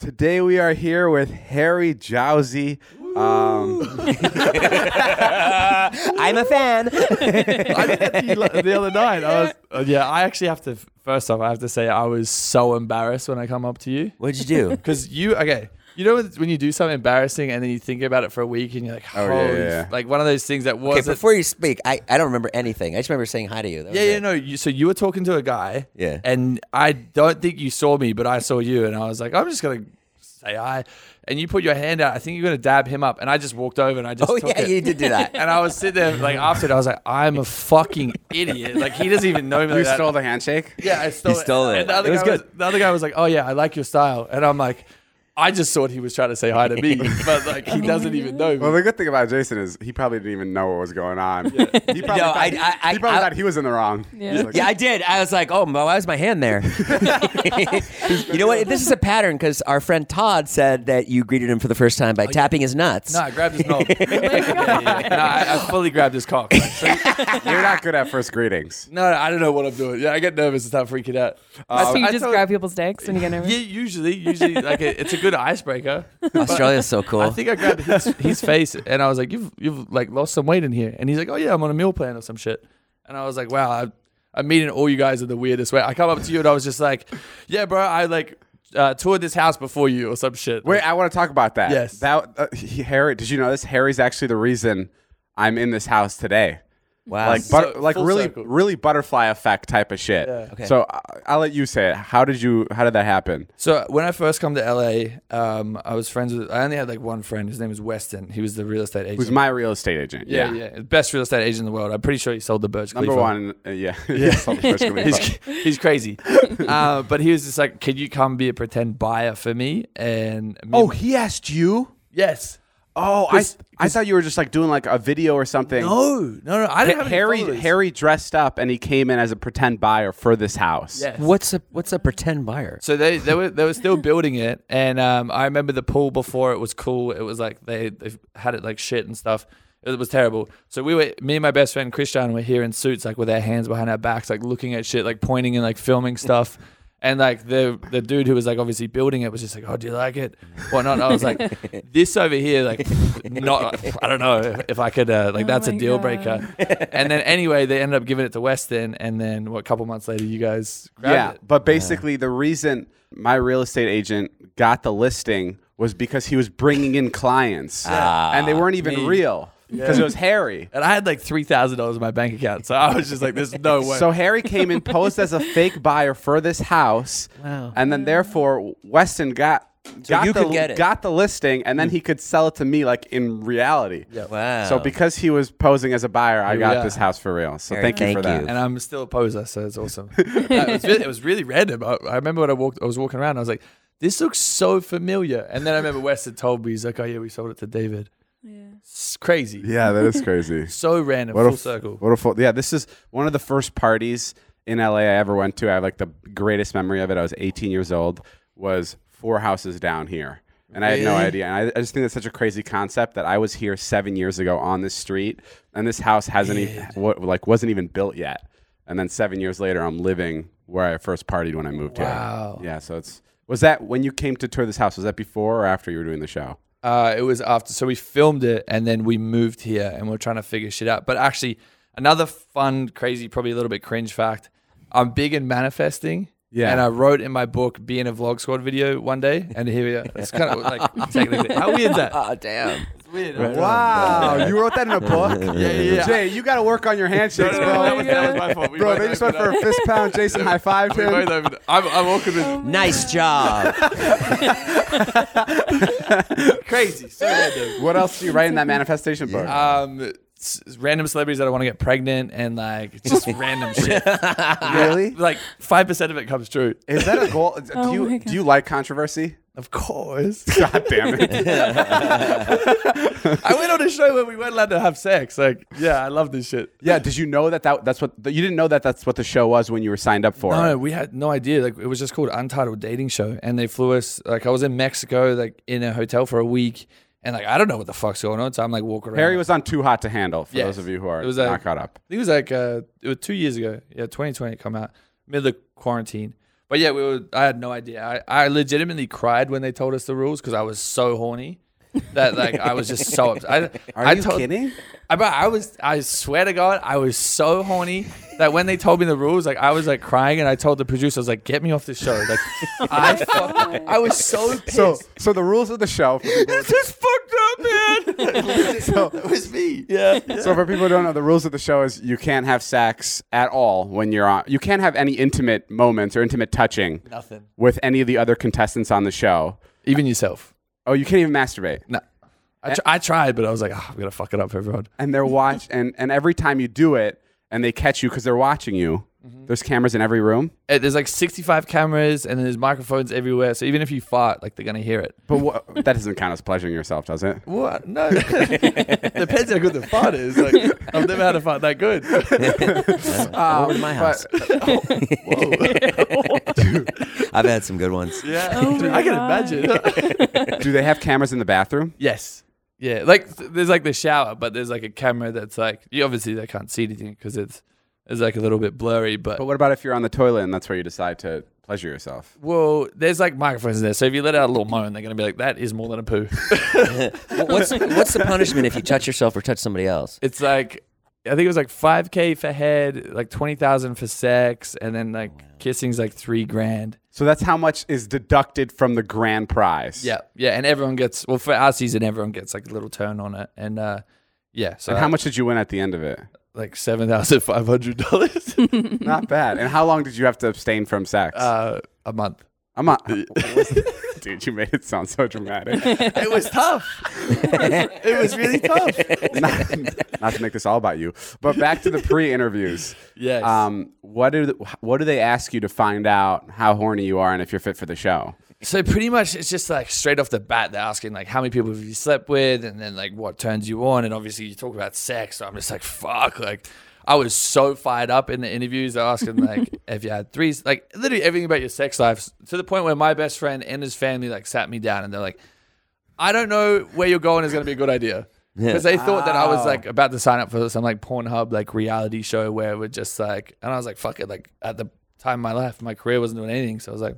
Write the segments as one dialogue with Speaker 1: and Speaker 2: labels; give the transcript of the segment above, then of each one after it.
Speaker 1: Today we are here with Harry Jowsey. Um,
Speaker 2: I'm a fan.
Speaker 3: I did that to you like, the other night. I was, uh, yeah, I actually have to. First off, I have to say I was so embarrassed when I come up to you
Speaker 2: What'd you do?
Speaker 3: because you okay. You know when you do something embarrassing and then you think about it for a week and you're like,
Speaker 1: Oh,
Speaker 3: holy,
Speaker 1: yeah, yeah.
Speaker 3: f- like one of those things that
Speaker 2: Okay,
Speaker 3: was
Speaker 2: before you speak, I, I don't remember anything. I just remember saying hi to you. That was
Speaker 3: Yeah, yeah,
Speaker 2: it.
Speaker 3: no. You, so you were talking to a guy,
Speaker 2: Yeah.
Speaker 3: and I don't think you saw me, but I saw you, and I was like, I'm just gonna say hi, and you put your hand out. I think you're gonna dab him up, and I just walked over and I just
Speaker 2: Oh
Speaker 3: took
Speaker 2: yeah,
Speaker 3: it.
Speaker 2: you did do that.
Speaker 3: And I was sitting there like after it, I was like, I'm a fucking idiot. Like he doesn't even know me. Like
Speaker 1: you
Speaker 3: that.
Speaker 1: stole the handshake?
Speaker 3: Yeah, I stole
Speaker 2: You stole it.
Speaker 3: And the other
Speaker 2: It was
Speaker 3: guy was,
Speaker 2: good.
Speaker 3: the other guy was like, "Oh yeah, I like your style," and I'm like, "I just thought he was trying to say hi to me, but like he doesn't even know." Me.
Speaker 1: Well, the good thing about Jason is he probably didn't even know what was going on. He probably,
Speaker 2: No,
Speaker 1: thought,
Speaker 2: I-
Speaker 1: he,
Speaker 2: I- I-
Speaker 1: probably
Speaker 2: I-
Speaker 1: thought he was in the wrong. He's like,
Speaker 2: Yeah, I did. I was like, oh, why was my hand there? you know what? This is a pattern because our friend Todd said that you greeted him for the first time by tapping his nuts.
Speaker 3: no, I grabbed his knob. Yeah, yeah, yeah. No, I, I fully grabbed his cock. Like, so-
Speaker 1: You're not good at first greetings.
Speaker 3: no, no, I don't know what I'm doing. Yeah, I get nervous and start freaking out. Uh,
Speaker 4: That's when you
Speaker 3: I
Speaker 4: just
Speaker 3: thought-
Speaker 4: grab people's dicks when you get nervous.
Speaker 3: Yeah, usually, usually like it, it's a good icebreaker.
Speaker 2: Australia's so cool.
Speaker 3: I think I grabbed his, his face and I was like, "You've you've like lost some weight in here," and he's like, "Oh yeah, I'm on a meal plan or some shit," and I was like, "Wow, I, I'm meeting all you guys in the weirdest way." I come up to you and I was just like, "Yeah, bro, I like uh, toured this house before you or some shit."
Speaker 1: Wait, I want to talk about that.
Speaker 3: Yes.
Speaker 1: That uh, he- Harry, did you know this? Harry's actually the reason I'm in this house today.
Speaker 2: wow.
Speaker 1: Like,
Speaker 3: Uh, So-
Speaker 1: but, like
Speaker 3: full
Speaker 1: really,
Speaker 3: circle.
Speaker 1: really butterfly effect type of shit.
Speaker 2: Okay.
Speaker 1: So I, I'll let you say it. How did you? How did that happen?
Speaker 3: So when I first come to LA, um, I was friends with. I only had like one friend. His name was Weston. He was the real estate agent.
Speaker 1: Who's my real estate agent?
Speaker 3: yeah, yeah, best real estate agent in the world. I'm pretty sure he sold the Burj
Speaker 1: Number
Speaker 3: Khalifa.
Speaker 1: one, uh, yeah. yeah.
Speaker 3: he's, he's crazy. uh, but he was just like, "Can you come be a pretend buyer for me?" And me
Speaker 1: oh, he asked you.
Speaker 3: yes.
Speaker 1: Oh, I I thought you were just like doing like a video or something.
Speaker 3: No, no, no. I didn't have any
Speaker 1: Harry
Speaker 3: followers.
Speaker 1: Harry dressed up and he came in as a pretend buyer for this house.
Speaker 3: Yes.
Speaker 2: what's a what's a pretend buyer?
Speaker 3: So they, they were they were still building it, and um, I remember the pool before it was cool. It was like they they had it like shit and stuff. It was terrible. So we were me and my best friend Christian were here in suits, like with our hands behind our backs, like looking at shit, like pointing and like filming stuff. And like the the dude who was like obviously building it was just like, oh, do you like it? Whatnot. And I was like, this over here, like, not. I don't know if I could. Uh, like,
Speaker 4: Oh
Speaker 3: that's a
Speaker 4: my
Speaker 3: deal
Speaker 4: God.
Speaker 3: breaker. And then anyway, they ended up giving it to Weston. And then what? A couple months later, you guys grabbed
Speaker 1: Yeah,
Speaker 3: it.
Speaker 1: but basically the reason my real estate agent got the listing was because he was bringing in clients and they weren't even
Speaker 3: Ah, me.
Speaker 1: real because it was Harry.
Speaker 3: And I had like three thousand dollars in my bank account, so I was just like, "There's no way."
Speaker 1: So Harry came in posed as a fake buyer for this house,
Speaker 2: Wow.
Speaker 1: and then therefore Weston got got
Speaker 2: you
Speaker 1: the
Speaker 2: could get it.
Speaker 1: got the listing, and then he could sell it to me like in reality.
Speaker 2: Wow.
Speaker 1: So because he was posing as a buyer, I
Speaker 3: Yeah.
Speaker 1: got this house for real. So
Speaker 2: Harry,
Speaker 1: thank you
Speaker 2: thank
Speaker 1: for that.
Speaker 2: you.
Speaker 3: and I'm still a poser, so it's awesome. No, it, was really, it was really random. I, I remember when I walked, I was walking around, I was like, "This looks so familiar." And then I remember Wes had told me, "He's like, oh yeah, we sold it to David." It's crazy.
Speaker 1: Yeah, that is crazy.
Speaker 3: So random,
Speaker 1: What a
Speaker 3: full
Speaker 1: f-
Speaker 3: circle.
Speaker 1: What a full, yeah, this is one of the first parties in LA I ever went to. I have like the greatest memory of it. I was 18 years old, was four houses down here. And I had no idea. And I, I just think that's such a crazy concept that I was here seven years ago on this street, and this house hasn't even what, like wasn't even built yet. And then seven years later, I'm living where I first partied when I moved
Speaker 3: Wow.
Speaker 1: here. Yeah. So it's was that when you came to tour this house? Was that before or after you were doing the show?
Speaker 3: Uh, it was after, so we filmed it, and then we moved here, and we are trying to figure shit out. But actually, another fun, crazy, probably a little bit cringe fact: I'm big in manifesting.
Speaker 1: Yeah.
Speaker 3: And I wrote in my book "Being a Vlog Squad" video one day, and here we are. It's kind of like technically how weird is that.
Speaker 2: oh damn.
Speaker 3: weird.
Speaker 1: Wow, you wrote that in a book? yeah,
Speaker 3: yeah.
Speaker 1: Jay, you got to work on your handshakes, bro.
Speaker 3: that, was, that was my fault. We
Speaker 1: Bro,
Speaker 3: both
Speaker 1: they just went
Speaker 3: opened
Speaker 1: for a Oh fist pound. Jason high fived
Speaker 3: up. We both
Speaker 1: him.
Speaker 3: opened up. I'm, I'm walking in
Speaker 2: Nice job.
Speaker 3: crazy. So random.
Speaker 1: What else do you write in that manifestation book?
Speaker 3: Um, s- random celebrities that I want to get pregnant and like just random shit.
Speaker 1: Really?
Speaker 3: Like five percent of it comes true.
Speaker 1: Is that a goal? Do
Speaker 5: Oh my
Speaker 1: you
Speaker 5: God.
Speaker 1: do you like controversy?
Speaker 3: Of course.
Speaker 1: God damn it!
Speaker 3: I went on a show where we weren't allowed to have sex. Like, yeah, I love this shit.
Speaker 1: yeah. Did you know that, that that's what you didn't know that that's what the show was when you were signed up for?
Speaker 3: No,
Speaker 1: it.
Speaker 3: we had no idea. Like it was just called Untitled Dating Show, and they flew us. Like I was in Mexico, like in a hotel for a week, and like I don't know what the fuck's going on. So I'm like walking around.
Speaker 1: Harry was on Too Hot to Handle. For
Speaker 3: Yes.
Speaker 1: those of you who are
Speaker 3: It was
Speaker 1: not
Speaker 3: like-
Speaker 1: caught up.
Speaker 3: I think it was like uh, it was two years ago. Yeah, 2020 it come out middle of quarantine. But yeah, we were. I had no idea. I, I legitimately cried when they told us the rules because I was so horny that like I was just so. Ups- I,
Speaker 1: Are
Speaker 3: I
Speaker 1: you
Speaker 3: told-
Speaker 1: kidding?
Speaker 3: I, but I was. I swear to God, I was so horny that when they told me the rules, like I was like crying, and I told the producer, I was like, "Get me off this show." Like I, fuck, I was so pissed.
Speaker 1: So so the rules of the show.
Speaker 3: this is fucked up, man.
Speaker 1: So,
Speaker 2: was me.
Speaker 3: yeah.
Speaker 1: so for people who don't know, the rules of the show is you can't have sex at all when you're on. You can't have any intimate moments or intimate touching
Speaker 3: Nothing.
Speaker 1: with any of the other contestants on the show.
Speaker 3: Even yourself.
Speaker 1: Oh, you can't even masturbate.
Speaker 3: No. I, tr- I tried, but I was like, oh, I'm gonna fuck it up for everyone.
Speaker 1: and they're watch and and every time you do it and they catch you because they're watching you
Speaker 3: Mm-hmm.
Speaker 1: there's cameras in every room
Speaker 3: Uh, There's like 65 cameras and there's microphones everywhere. So even if you fart, like they're gonna hear it.
Speaker 1: but what, that doesn't count as pleasuring yourself does it
Speaker 3: What? No. Depends how good the fart is. Like I've never had a fart that good.
Speaker 2: Over to Uh, my house. I've had some good ones.
Speaker 3: Yeah.
Speaker 5: Dude, my I can God.
Speaker 3: imagine.
Speaker 1: do they have cameras in the bathroom
Speaker 3: yes. Yeah. Like th- there's like the shower, but there's like a camera that's like you obviously they can't see anything because it's it's like a little bit blurry, but.
Speaker 1: but what about if you're on the toilet and that's where you decide to pleasure yourself
Speaker 3: well, there's like microphones there, so if you let out a little moan, they're gonna be like, "That is more than a poo."
Speaker 2: Well, what's what's the punishment if you touch yourself or touch somebody else?
Speaker 3: it's like I think it was like five k for head, like twenty thousand for sex, and then like
Speaker 1: Oh,
Speaker 3: kissing's like three grand.
Speaker 1: so that's how much is deducted from the grand prize
Speaker 3: Yeah, yeah, and everyone gets well for our season, everyone gets like a little turn on it, and uh yeah, so
Speaker 1: and how much did you win at the end of it
Speaker 3: Like seven thousand five hundred dollars
Speaker 1: not bad and how long did you have to abstain from sex
Speaker 3: uh, a month.
Speaker 1: i'm not dude you made it sound so dramatic
Speaker 3: It was tough. it was really tough.
Speaker 1: not, not to make this all about you but back to the pre-interviews
Speaker 3: Yes.
Speaker 1: Um, what do the- what do they ask you to find out how horny you are and if you're fit for the show?
Speaker 3: So pretty much, it's just like straight off the bat, they're asking like how many people have you slept with, and then like what turns you on, and obviously you talk about sex. So I'm just like fuck, like I was so fired up in the interviews. They're asking like if you had threes, like literally everything about your sex life to the point where my best friend and his family like sat me down and they're like, I don't know where you're going is going to be a good idea. Because they thought that I was like about to sign up for some like Pornhub like reality show where we're just like, and I was like, fuck it. Like at the time of my life, my career wasn't doing anything, so I was like,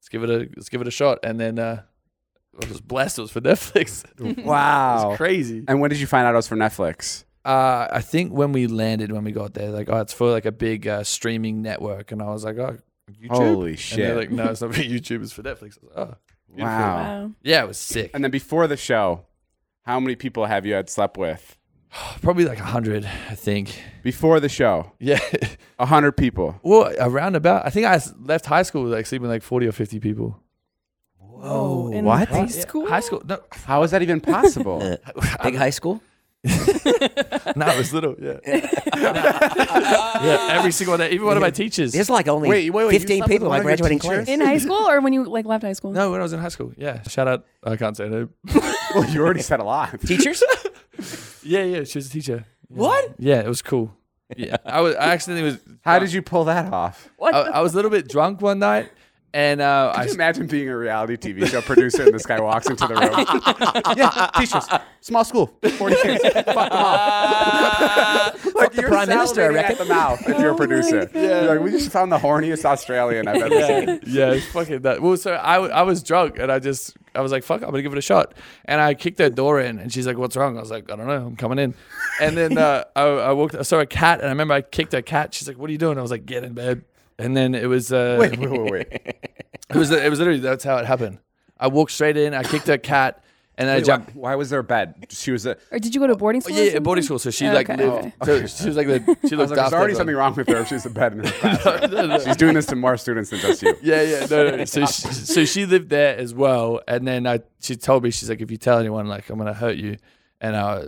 Speaker 3: let's give it a let's give it a shot. And then uh, I was blessed. It was for Netflix. It
Speaker 1: Wow.
Speaker 3: was crazy.
Speaker 1: And when did you find out it was for Netflix?
Speaker 3: Uh, I think when we landed, when we got there, like, oh, it's for like a big uh, streaming network, and I was like, oh, YouTube.
Speaker 1: Holy
Speaker 3: and they're
Speaker 1: shit!
Speaker 3: like, no, it's not for YouTube. It's for Netflix. I was like, oh,
Speaker 1: wow.
Speaker 5: Wow.
Speaker 3: yeah, it was sick.
Speaker 1: And then before the show, how many people have you had slept with
Speaker 3: Probably like hundred, I think.
Speaker 1: before the show?
Speaker 3: Yeah.
Speaker 1: A hundred people.
Speaker 3: well, around about, I think I s- left high school with like sleeping with, like forty or fifty people.
Speaker 5: Whoa. In
Speaker 1: what?
Speaker 5: High school?
Speaker 3: High school? No,
Speaker 1: How is that even possible?
Speaker 2: Uh, Big high school?
Speaker 3: no, it was little. Yeah. yeah. Every single day, even one of my teachers.
Speaker 2: There's like only
Speaker 1: Wait, wait, wait, you
Speaker 2: 15
Speaker 1: slept with
Speaker 2: people in
Speaker 1: one
Speaker 2: my
Speaker 1: of your
Speaker 2: graduating
Speaker 1: teachers?
Speaker 2: class.
Speaker 1: In
Speaker 4: in high school or when you like left high school?
Speaker 3: No, when I was in high school. Yeah. Shout out. I can't say no.
Speaker 1: well, you already said a lot.
Speaker 2: Teachers?
Speaker 3: Yeah, yeah. She was a teacher.
Speaker 2: what?
Speaker 3: Yeah, it was cool. Yeah, I was. I accidentally was.
Speaker 1: How did you pull that off?
Speaker 3: I, I was a little bit drunk one night, and uh, I
Speaker 1: Could you imagine being a reality TV show producer and this guy walks into the room? yeah, teachers, small school, forty kids, fuck them all. like
Speaker 2: the
Speaker 1: you're
Speaker 2: prime minister, I
Speaker 1: salivating
Speaker 2: reckon.
Speaker 1: At the mouth, if you're a producer, You're like we just found the horniest Australian I've ever seen.
Speaker 3: yeah, it's fucking that. Well, so I, w- I was drunk and I just I was like, fuck, I'm gonna give it a shot. And I kicked her door in, and she's like, what's wrong? I was like, I don't know, I'm coming in. And then uh, I, I walked, I saw a cat, and I remember I kicked her cat. She's like, what are you doing? I was like, get in bed. And then it was uh,
Speaker 1: Wait, wait, wait, wait.
Speaker 3: it was it was literally that's how it happened. I walked straight in, I kicked her cat, and then I
Speaker 1: Why,
Speaker 3: jumped.
Speaker 1: why was there a bed? She was. A,
Speaker 4: Or did you go to boarding
Speaker 3: Oh,
Speaker 4: school? or
Speaker 3: yeah,
Speaker 4: something?
Speaker 3: boarding school. So she
Speaker 4: Oh,
Speaker 3: like
Speaker 4: okay.
Speaker 3: lived. So she was like the she
Speaker 1: I was like,
Speaker 3: looked
Speaker 1: there's
Speaker 3: after.
Speaker 1: already
Speaker 3: everyone.
Speaker 1: something wrong with her if she's a bed in her classroom.
Speaker 3: no, no.
Speaker 1: She's doing this to more students than just you.
Speaker 3: Yeah, yeah, no, no. no. So, she, so she lived there as well, and then I, she told me she's like, if you tell anyone, like, I'm gonna hurt you, and I,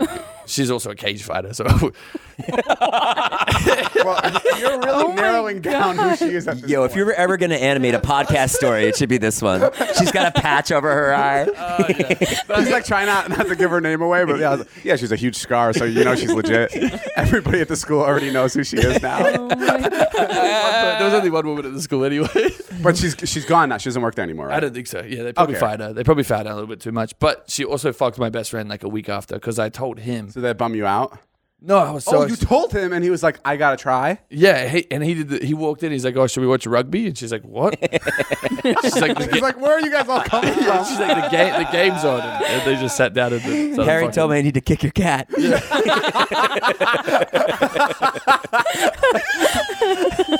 Speaker 3: She's also a cage fighter, so
Speaker 1: Well, you're really narrowing down who she is. At this
Speaker 2: Yo, if you're ever going to animate a podcast story, it should be this one. She's got a patch over her
Speaker 1: Uh,
Speaker 2: eye.
Speaker 1: point. she's like trying not, not to give her name away, but yeah, I was like, yeah, she's a huge scar, so you know she's legit. Everybody at the school already knows who she is
Speaker 4: Oh
Speaker 1: now,
Speaker 3: there was only one woman at the school anyway.
Speaker 1: but she's she's gone now. She doesn't work there anymore. Right?
Speaker 3: I don't think so. Yeah, they probably
Speaker 1: Okay.
Speaker 3: fired her. They probably fired her a little bit too much. But she also fucked my best friend like a week after because I told him.
Speaker 1: Did that bum you out?
Speaker 3: No, I was so.
Speaker 1: oh, you told him, and he was like, "I gotta try."
Speaker 3: yeah, he, and he did. The, he walked in. He's like, "Oh, should we watch rugby?" And she's like, "What?" she's like, the,
Speaker 1: He's
Speaker 3: ga-
Speaker 1: like, "Where are you guys all coming from?"
Speaker 3: she's like, the, ga- the game's on, and, and they just sat down and. the- started
Speaker 2: Harry
Speaker 3: fucking-
Speaker 2: told me I need to kick your cat.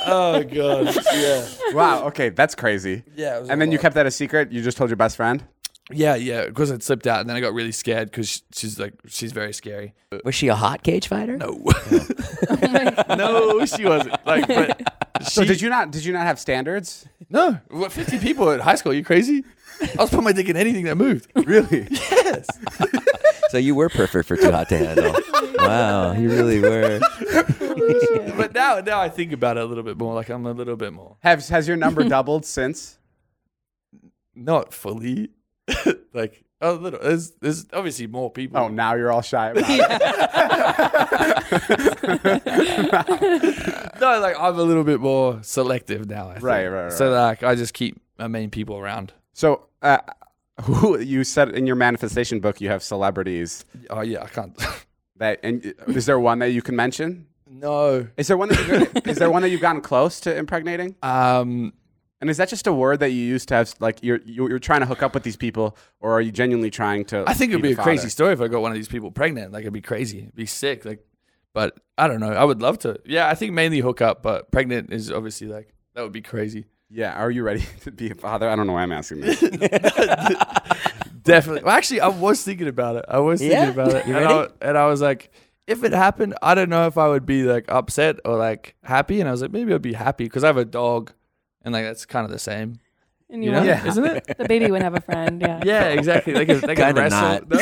Speaker 3: Oh god. Yeah.
Speaker 1: wow. Okay, that's crazy.
Speaker 3: Yeah, it was
Speaker 1: And
Speaker 3: a
Speaker 1: then you
Speaker 3: lot.
Speaker 1: kept that a secret. You just told your best friend.
Speaker 3: Yeah, yeah. Because it slipped out, and then I got really scared because she's like, she's very scary.
Speaker 2: Was she a hot cage fighter?
Speaker 1: Oh.
Speaker 3: No, no, she wasn't. Like, but
Speaker 1: So did you not? Did you not have standards?
Speaker 3: no, what, fifty people at high school? Are you crazy? I was putting my dick in anything that moved.
Speaker 1: Really?
Speaker 2: So you were perfect for Too Hot to Handle. wow, you really were.
Speaker 3: but now, now I think about it a little bit more. Like I'm a little bit more
Speaker 1: Have has your number doubled since?
Speaker 3: not fully, like a little. There's, there's obviously more people.
Speaker 1: Oh, now you're all shy. About it.
Speaker 3: no, like I'm a little bit more selective now. I think.
Speaker 1: Right, right, right.
Speaker 3: So like I just keep I mean people around.
Speaker 1: So, uh, who you said in your manifestation book you have celebrities
Speaker 3: Oh yeah, I can't.
Speaker 1: that, and is there one that you can mention?
Speaker 3: no.
Speaker 1: Is there one that you've, is there one that you've gotten close to impregnating?
Speaker 3: Um.
Speaker 1: And is that just a word that you use to have like you're you're you're trying to hook up with these people, or are you genuinely trying to?
Speaker 3: I think it'd be,
Speaker 1: the
Speaker 3: a crazy
Speaker 1: father?
Speaker 3: story if I got one of these people pregnant. Like it'd be crazy, it'd be sick. Like, but I don't know. I would love to. Yeah, I think mainly hook up, but pregnant is obviously like that would be crazy.
Speaker 1: Yeah. Are you ready to be a father? I don't know why I'm asking this.
Speaker 3: Definitely. Well, actually, I was thinking about it. I was thinking
Speaker 2: Yeah?
Speaker 3: about it,
Speaker 2: You
Speaker 3: and I,
Speaker 2: ready?
Speaker 3: and I was like, if it happened, I don't know if I would be like upset or like happy. And I was like, maybe I'd be happy because I have a dog, and like that's kind of the same.
Speaker 4: And
Speaker 3: You
Speaker 4: you
Speaker 3: know?
Speaker 4: would-
Speaker 3: Yeah. Isn't it?
Speaker 4: The baby would have a friend. Yeah.
Speaker 3: Yeah, exactly. They can, they can
Speaker 2: Kinda
Speaker 3: wrestle.
Speaker 2: not.
Speaker 3: No?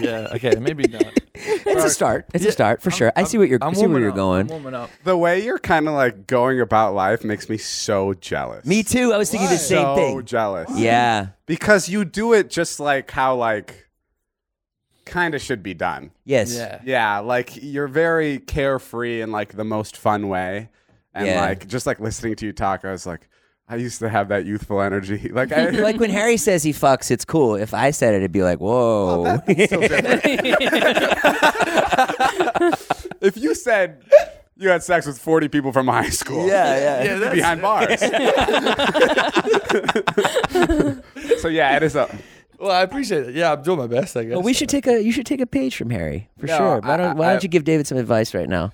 Speaker 3: Yeah. Okay. Maybe not.
Speaker 2: It's a start. It's a start for sure. I see what you're. I see where
Speaker 3: warming
Speaker 2: you're
Speaker 3: up. I'm
Speaker 2: going.
Speaker 3: warming up.
Speaker 1: the way you're kind of like going about life makes me so jealous.
Speaker 2: Me too. I was thinking the same
Speaker 1: so
Speaker 2: thing.
Speaker 1: jealous.
Speaker 2: Yeah,
Speaker 1: because you do it just like how like kind of should be done.
Speaker 2: yes.
Speaker 3: Yeah.
Speaker 1: Yeah, like you're very carefree in like the most fun way, and
Speaker 2: Yeah.
Speaker 1: like just like listening to you talk, I was like, I used to have that youthful energy. Like I.
Speaker 2: Like when Harry says he fucks, it's cool. If I said it, it'd be like, whoa.
Speaker 1: So different. if you said you had sex with 40 people from high school,
Speaker 2: yeah,
Speaker 3: Yeah, that's-
Speaker 1: behind bars. so yeah, it is a.
Speaker 3: Well, I appreciate it. Yeah, I'm doing my best. I guess.
Speaker 2: Well, we should take a. You should take a page from Harry for
Speaker 1: No,
Speaker 2: sure. Why
Speaker 1: I-
Speaker 2: don't, why
Speaker 1: I-
Speaker 2: don't you give David some advice right now?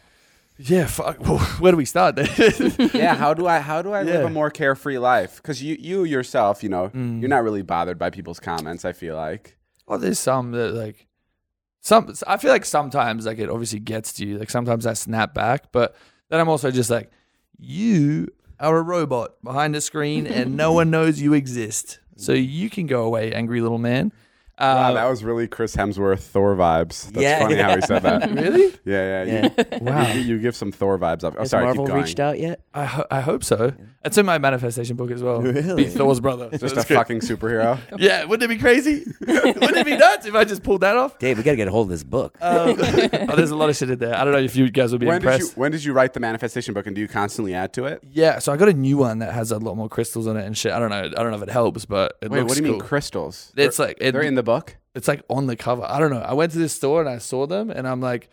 Speaker 3: Yeah, fuck. Well, where do we start then?
Speaker 1: yeah how do i how do i live
Speaker 3: Yeah. Mm.
Speaker 1: a more carefree life because you you yourself you know you're not really bothered by people's comments i feel like
Speaker 3: well, there's some that like some. I feel like sometimes like it obviously gets to you. Like sometimes I snap back, but then I'm also just like, you are a robot behind a screen, and no one knows you exist. So you can go away, angry little man.
Speaker 1: wow
Speaker 3: Uh,
Speaker 1: that was really chris hemsworth thor vibes that's
Speaker 2: Yeah,
Speaker 1: funny how
Speaker 2: yeah.
Speaker 1: he said that
Speaker 3: really?
Speaker 1: yeah yeah, You, wow you, you give some thor vibes up i'm
Speaker 2: Has
Speaker 1: sorry
Speaker 2: Marvel
Speaker 1: keep going
Speaker 2: reached out yet?
Speaker 3: I, ho- I hope so. It's in my manifestation book as well.
Speaker 2: Really?
Speaker 3: Be Thor's brother.
Speaker 1: just
Speaker 3: That's
Speaker 1: a
Speaker 3: good.
Speaker 1: fucking superhero
Speaker 3: Yeah, wouldn't it be crazy? wouldn't it be nuts if I just pulled that off?
Speaker 2: Dave, we got to get a hold of this book.
Speaker 3: Um, oh, there's a lot of shit in there. I don't know if you guys would be
Speaker 1: when did
Speaker 3: impressed.
Speaker 1: you when did you write the manifestation book and do you constantly add to it
Speaker 3: Yeah, so I got a new one that has a lot more crystals in it and shit. I don't know. I don't know if it helps, but it
Speaker 1: wait
Speaker 3: looks
Speaker 1: what do you mean
Speaker 3: cool.
Speaker 1: crystals
Speaker 3: It's
Speaker 1: They're-
Speaker 3: like- it-
Speaker 1: they're in the book
Speaker 3: it's like on the cover. I don't know. I went to this store and I saw them, and I'm like,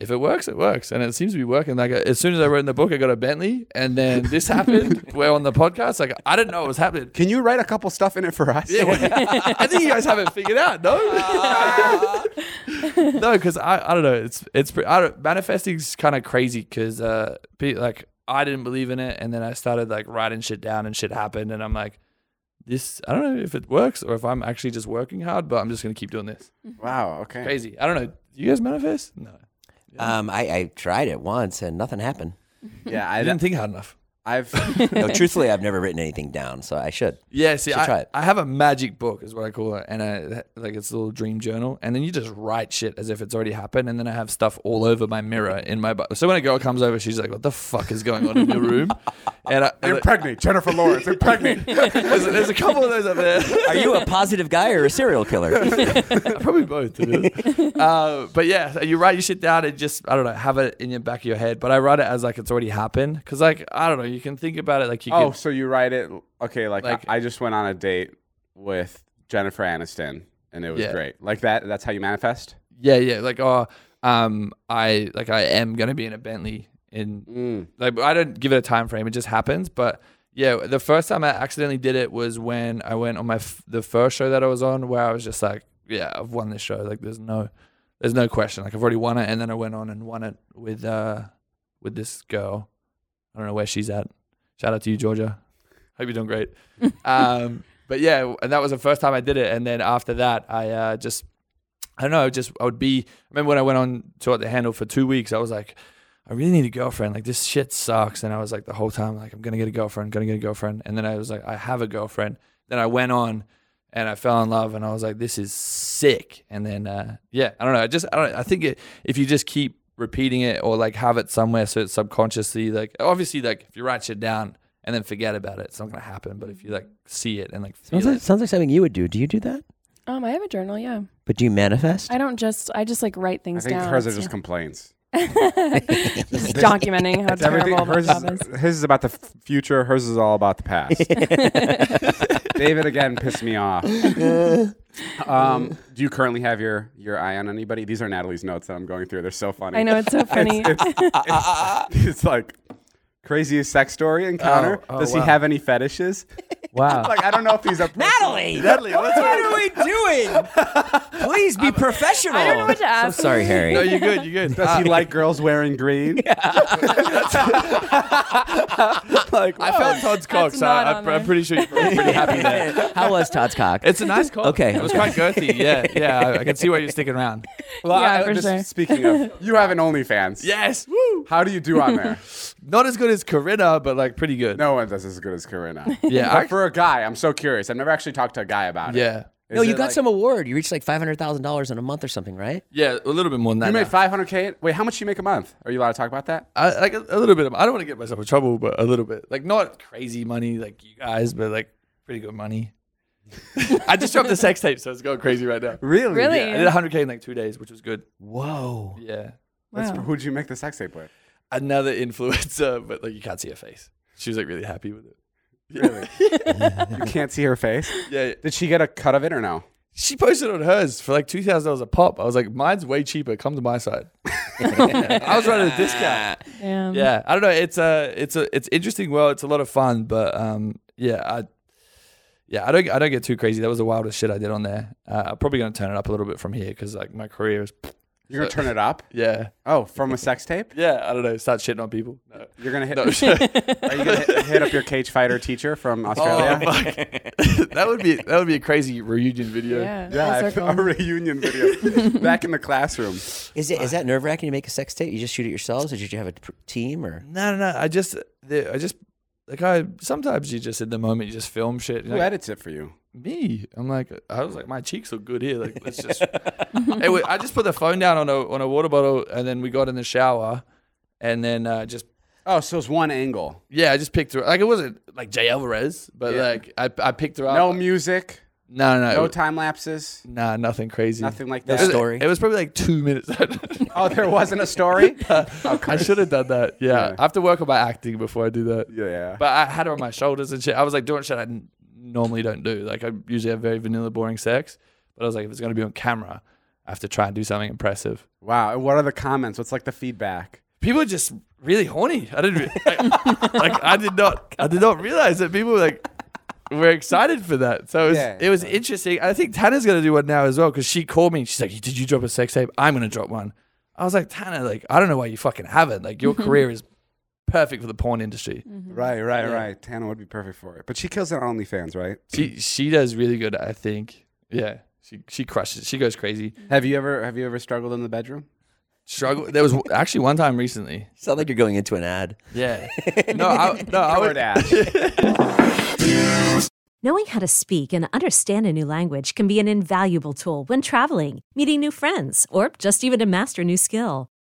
Speaker 3: if it works, it works, and it seems to be working. Like as soon as I read in the book, I got a Bentley, and then this happened. We're on the podcast. Like I didn't know it was happening.
Speaker 1: can you write a couple stuff in it for us
Speaker 3: Yeah, what- I think you guys haven't figured out, no? no, because I, I don't know. It's it's pre- I don't, manifesting's kind of crazy because uh, pe- like I didn't believe in it, and then I started like writing shit down, and shit happened, and I'm like, this I don't know if it works or if I'm actually just working hard, but I'm just gonna keep doing this.
Speaker 1: wow okay
Speaker 3: Crazy. I don't know. Do you guys manifest? No,
Speaker 2: Um, I, I tried it once and nothing happened.
Speaker 1: yeah
Speaker 3: I
Speaker 1: I,
Speaker 3: didn't think hard enough.
Speaker 1: I've
Speaker 2: No, truthfully, I've never written anything down, so I should.
Speaker 3: Yeah, see,
Speaker 2: Should
Speaker 3: I,
Speaker 2: try it.
Speaker 3: I have a magic book, is what I call it, and I, like it's a little dream journal, and then you just write shit as if it's already happened, and then I have stuff all over my mirror in my. Bu- so when a girl comes over, she's like, "What the fuck is going on in your room?" And I,
Speaker 1: You're pregnant, Jennifer Lawrence. You're pregnant.
Speaker 3: there's, there's a couple of those up there.
Speaker 2: Are you a positive guy or a serial killer?
Speaker 3: Probably both. It is. uh, but yeah, you write your shit down and just I don't know, have it in your back of your head. But I write it as like it's already happened, because like I don't know, you can think about it like you.
Speaker 1: oh,
Speaker 3: could,
Speaker 1: so you write it? Okay, like,
Speaker 3: Like-
Speaker 1: I, I just went on a date with Jennifer Aniston, and it was
Speaker 3: Yeah.
Speaker 1: great. Like that. That's how you manifest.
Speaker 3: yeah, yeah, like oh, um, I like I am gonna be in a Bentley in
Speaker 1: Mm.
Speaker 3: like I don't give it a time frame. It just happens. But yeah, the first time I accidentally did it was when I went on my f- the first show that I was on, where I was just like, yeah, I've won this show. Like there's no, there's no question. Like I've already won it. And then I went on and won it with uh with this girl. I don't know where she's at. Shout out to you, Georgia. Hope you're doing great. um, but yeah, and that was the first time I did it. And then after that, I uh, just I don't know. I just I would be. Remember when I went on tour at the handle for two weeks? I was like, I really need a girlfriend. Like this shit sucks. And I was like the whole time, like I'm gonna get a girlfriend, gonna get a girlfriend. And then I was like, I have a girlfriend. Then I went on, and I fell in love, and I was like, this is sick. And then uh, yeah, I don't know. I just I don't. I think it, if you just keep repeating it or like have it somewhere, so it's subconsciously like obviously like if you write shit down and then forget about it, it's not gonna happen. But if you like see it and like feel
Speaker 2: sounds, like,
Speaker 3: it,
Speaker 2: sounds like something you would do. Do you do that?
Speaker 4: Um, I have a journal. Yeah,
Speaker 2: But do you manifest?
Speaker 4: I don't just. I just like write
Speaker 1: I
Speaker 4: things
Speaker 1: think
Speaker 4: down.
Speaker 1: hers are just complaints.
Speaker 4: just documenting how
Speaker 1: It's everything.
Speaker 4: terrible my
Speaker 1: Hers
Speaker 4: job is.
Speaker 1: is, his is about the f- future. Hers is all about the past. David again pissed me off. Um, do you currently have your your eye on anybody? These are Natalie's notes that I'm going through. They're so funny.
Speaker 4: I know it's so funny.
Speaker 1: It's, it's like craziest sex story encounter.
Speaker 3: Oh, oh,
Speaker 1: Does
Speaker 3: wow.
Speaker 1: he have any fetishes?
Speaker 3: wow.
Speaker 1: like I don't know if these are personal.
Speaker 2: Natalie!
Speaker 1: Natalie, what's
Speaker 2: are we doing? Please be professional.
Speaker 4: I don't know what to ask.
Speaker 2: So sorry, Harry.
Speaker 3: No, you're good. You're good. Ah,
Speaker 1: Does he like girls wearing green? like
Speaker 3: I felt Todd's cock,
Speaker 4: That's
Speaker 3: so I, I'm,
Speaker 4: not on
Speaker 3: I'm
Speaker 4: there.
Speaker 3: pretty sure you're pretty happy there.
Speaker 2: How was Todd's cock?
Speaker 3: It's a nice cock.
Speaker 2: Okay.
Speaker 3: It was quite girthy. Yeah, yeah. I, I can see why you're sticking around.
Speaker 1: Well,
Speaker 4: Yeah,
Speaker 1: I-
Speaker 4: for
Speaker 1: just
Speaker 4: sure.
Speaker 1: Speaking of, you have an OnlyFans.
Speaker 3: Yes. Woo.
Speaker 1: How do you do on there?
Speaker 3: Not as good as Corinna, but like pretty good.
Speaker 1: No one does as good as Corinna.
Speaker 3: Yeah,
Speaker 1: but
Speaker 3: I-
Speaker 1: for a guy, I'm so curious. I've never actually talked to a guy about it.
Speaker 3: Yeah.
Speaker 1: Is
Speaker 2: no, you
Speaker 1: it
Speaker 2: got
Speaker 1: like-
Speaker 2: some award. You reached like five hundred thousand dollars in a month or something, right?
Speaker 3: Yeah, a little bit more than that.
Speaker 1: You made
Speaker 3: now.
Speaker 1: 500k. Wait, how much you make a month? Are you allowed to talk about that?
Speaker 3: I, like a, a little bit. Of, I don't want to get myself in trouble, but a little bit. Like not crazy money, like you guys, but like pretty good money. I just dropped the sex tape, so it's going crazy right now.
Speaker 1: Really?
Speaker 4: Really?
Speaker 3: Yeah, I did 100k in like two days, which was good.
Speaker 2: Whoa.
Speaker 3: Yeah.
Speaker 1: That's,
Speaker 4: Wow.
Speaker 1: Who'd you make the sex tape with?
Speaker 3: Another influencer, but like you can't see her face. She was like really happy with it.
Speaker 1: Really? you can't see her face.
Speaker 3: Yeah,
Speaker 1: Did she get a cut of it or no?
Speaker 3: She posted on hers for like two thousand dollars a pop. I was like, mine's way cheaper. Come to my side. I was running a discount.
Speaker 4: Damn.
Speaker 3: Yeah, I don't know. It's a, it's a, it's interesting. Well, it's a lot of fun, but um, yeah, I, yeah, I don't, I don't get too crazy. That was the wildest shit I did on there. Uh, I'm probably gonna turn it up a little bit from here because like my career is,
Speaker 1: You're gonna turn it up?
Speaker 3: yeah,
Speaker 1: Oh, from a sex tape?
Speaker 3: yeah. I don't know. Start shitting on people. No.
Speaker 1: You're gonna hit?
Speaker 3: No, sure.
Speaker 1: Are you gonna hit, hit up your cage fighter teacher from Australia?
Speaker 3: that would be that would be a crazy reunion video.
Speaker 4: Yeah. full
Speaker 1: yeah,
Speaker 4: circle.
Speaker 1: I- a reunion video back in the classroom.
Speaker 2: Is it is that nerve wracking to make a sex tape? You just shoot it yourselves, or did you have a pr- team? Or
Speaker 3: No, no, no. I just, the, I just like I sometimes you just in the moment you just film shit.
Speaker 1: Who
Speaker 3: Like,
Speaker 1: edits it for you?
Speaker 3: me. I'm like, I was like, my cheeks look good here. Like, let's just. Hey, wait, I just put the phone down on a on a water bottle, and then we got in the shower, and then uh, just
Speaker 1: Oh, so it's one angle.
Speaker 3: yeah, I just picked her. Like, it wasn't like Jay Alvarez, but
Speaker 1: Yeah.
Speaker 3: like I I picked her up.
Speaker 1: No music,
Speaker 3: no, no,
Speaker 1: no time lapses,
Speaker 3: Nah, nothing crazy.
Speaker 1: nothing like
Speaker 2: No
Speaker 1: that.
Speaker 3: It was-
Speaker 2: Story.
Speaker 3: It was probably like two minutes.
Speaker 1: Oh, there wasn't a story. Oh,
Speaker 3: I should have done that. Yeah.
Speaker 1: Yeah.
Speaker 3: I have to work on my acting before I do that.
Speaker 1: yeah.
Speaker 3: But I had her on my shoulders and shit. I was like doing shit I n- normally don't do. Like I usually have very vanilla, boring sex. But I was like, if it's gonna be on camera, I have to try and do something impressive.
Speaker 1: Wow. and What are the comments? What's like the feedback?
Speaker 3: People are just really horny. I didn't re- like, like, I did not I did not realize that people were like were excited for that. So it was,
Speaker 1: Yeah.
Speaker 3: it was interesting. I think Tana's gonna do one now as well because she called me. and She's like, "Did you drop a sex tape? I'm gonna drop one." I was like, Tana, like I don't know why you fucking haven't. Like your career is perfect for the porn industry.
Speaker 1: Right, right, right. Tana would be perfect for it, but she kills it on OnlyFans, right?
Speaker 3: She she does really good, I think. Yeah. She she crushes. She goes crazy.
Speaker 1: Have you ever have you ever struggled in the bedroom?
Speaker 3: struggle. There was actually one time recently.
Speaker 2: Sound like you're going into an ad.
Speaker 3: Yeah. No, I, no, I would.
Speaker 1: DoorDash.
Speaker 6: Knowing how to speak and understand a new language can be an invaluable tool when traveling, meeting new friends, or just even to master a new skill.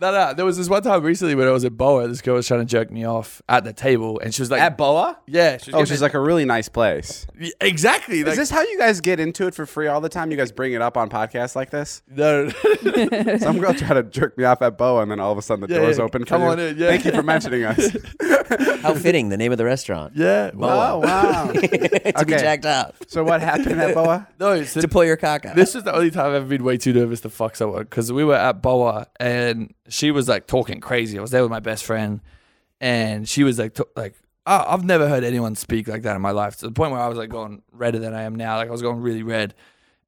Speaker 3: No, no. There was this one time recently when I was at Boa. This girl was trying to jerk me off at the table, and she was like,
Speaker 1: At Boa?
Speaker 3: Yeah. She was
Speaker 1: Oh,
Speaker 3: getting
Speaker 1: she's
Speaker 3: it-
Speaker 1: like a really nice place.
Speaker 3: exactly. Like,
Speaker 1: Is this how you guys get into it for free all the time? You guys bring it up on podcasts like this?
Speaker 3: no? no.
Speaker 1: Some girl tried to jerk me off at Boa, and then all of a sudden the
Speaker 3: Yeah,
Speaker 1: door's
Speaker 3: yeah.
Speaker 1: open. for
Speaker 3: Come
Speaker 1: you.
Speaker 3: on in, yeah.
Speaker 1: Thank you for mentioning us.
Speaker 2: How fitting, the name of the restaurant.
Speaker 3: yeah. Wow.
Speaker 1: Oh, wow.
Speaker 2: to be
Speaker 1: Okay.
Speaker 2: jacked up.
Speaker 1: so what happened at Boa?
Speaker 3: No. So
Speaker 2: To pull your cock out.
Speaker 3: this is the only time I've ever been way too nervous to fuck someone because we were at Boa and she was like talking crazy. I was there with my best friend, and she was like, t- like I I've never heard anyone speak like that in my life to the point where I was like going redder than I am now. Like I was going really red.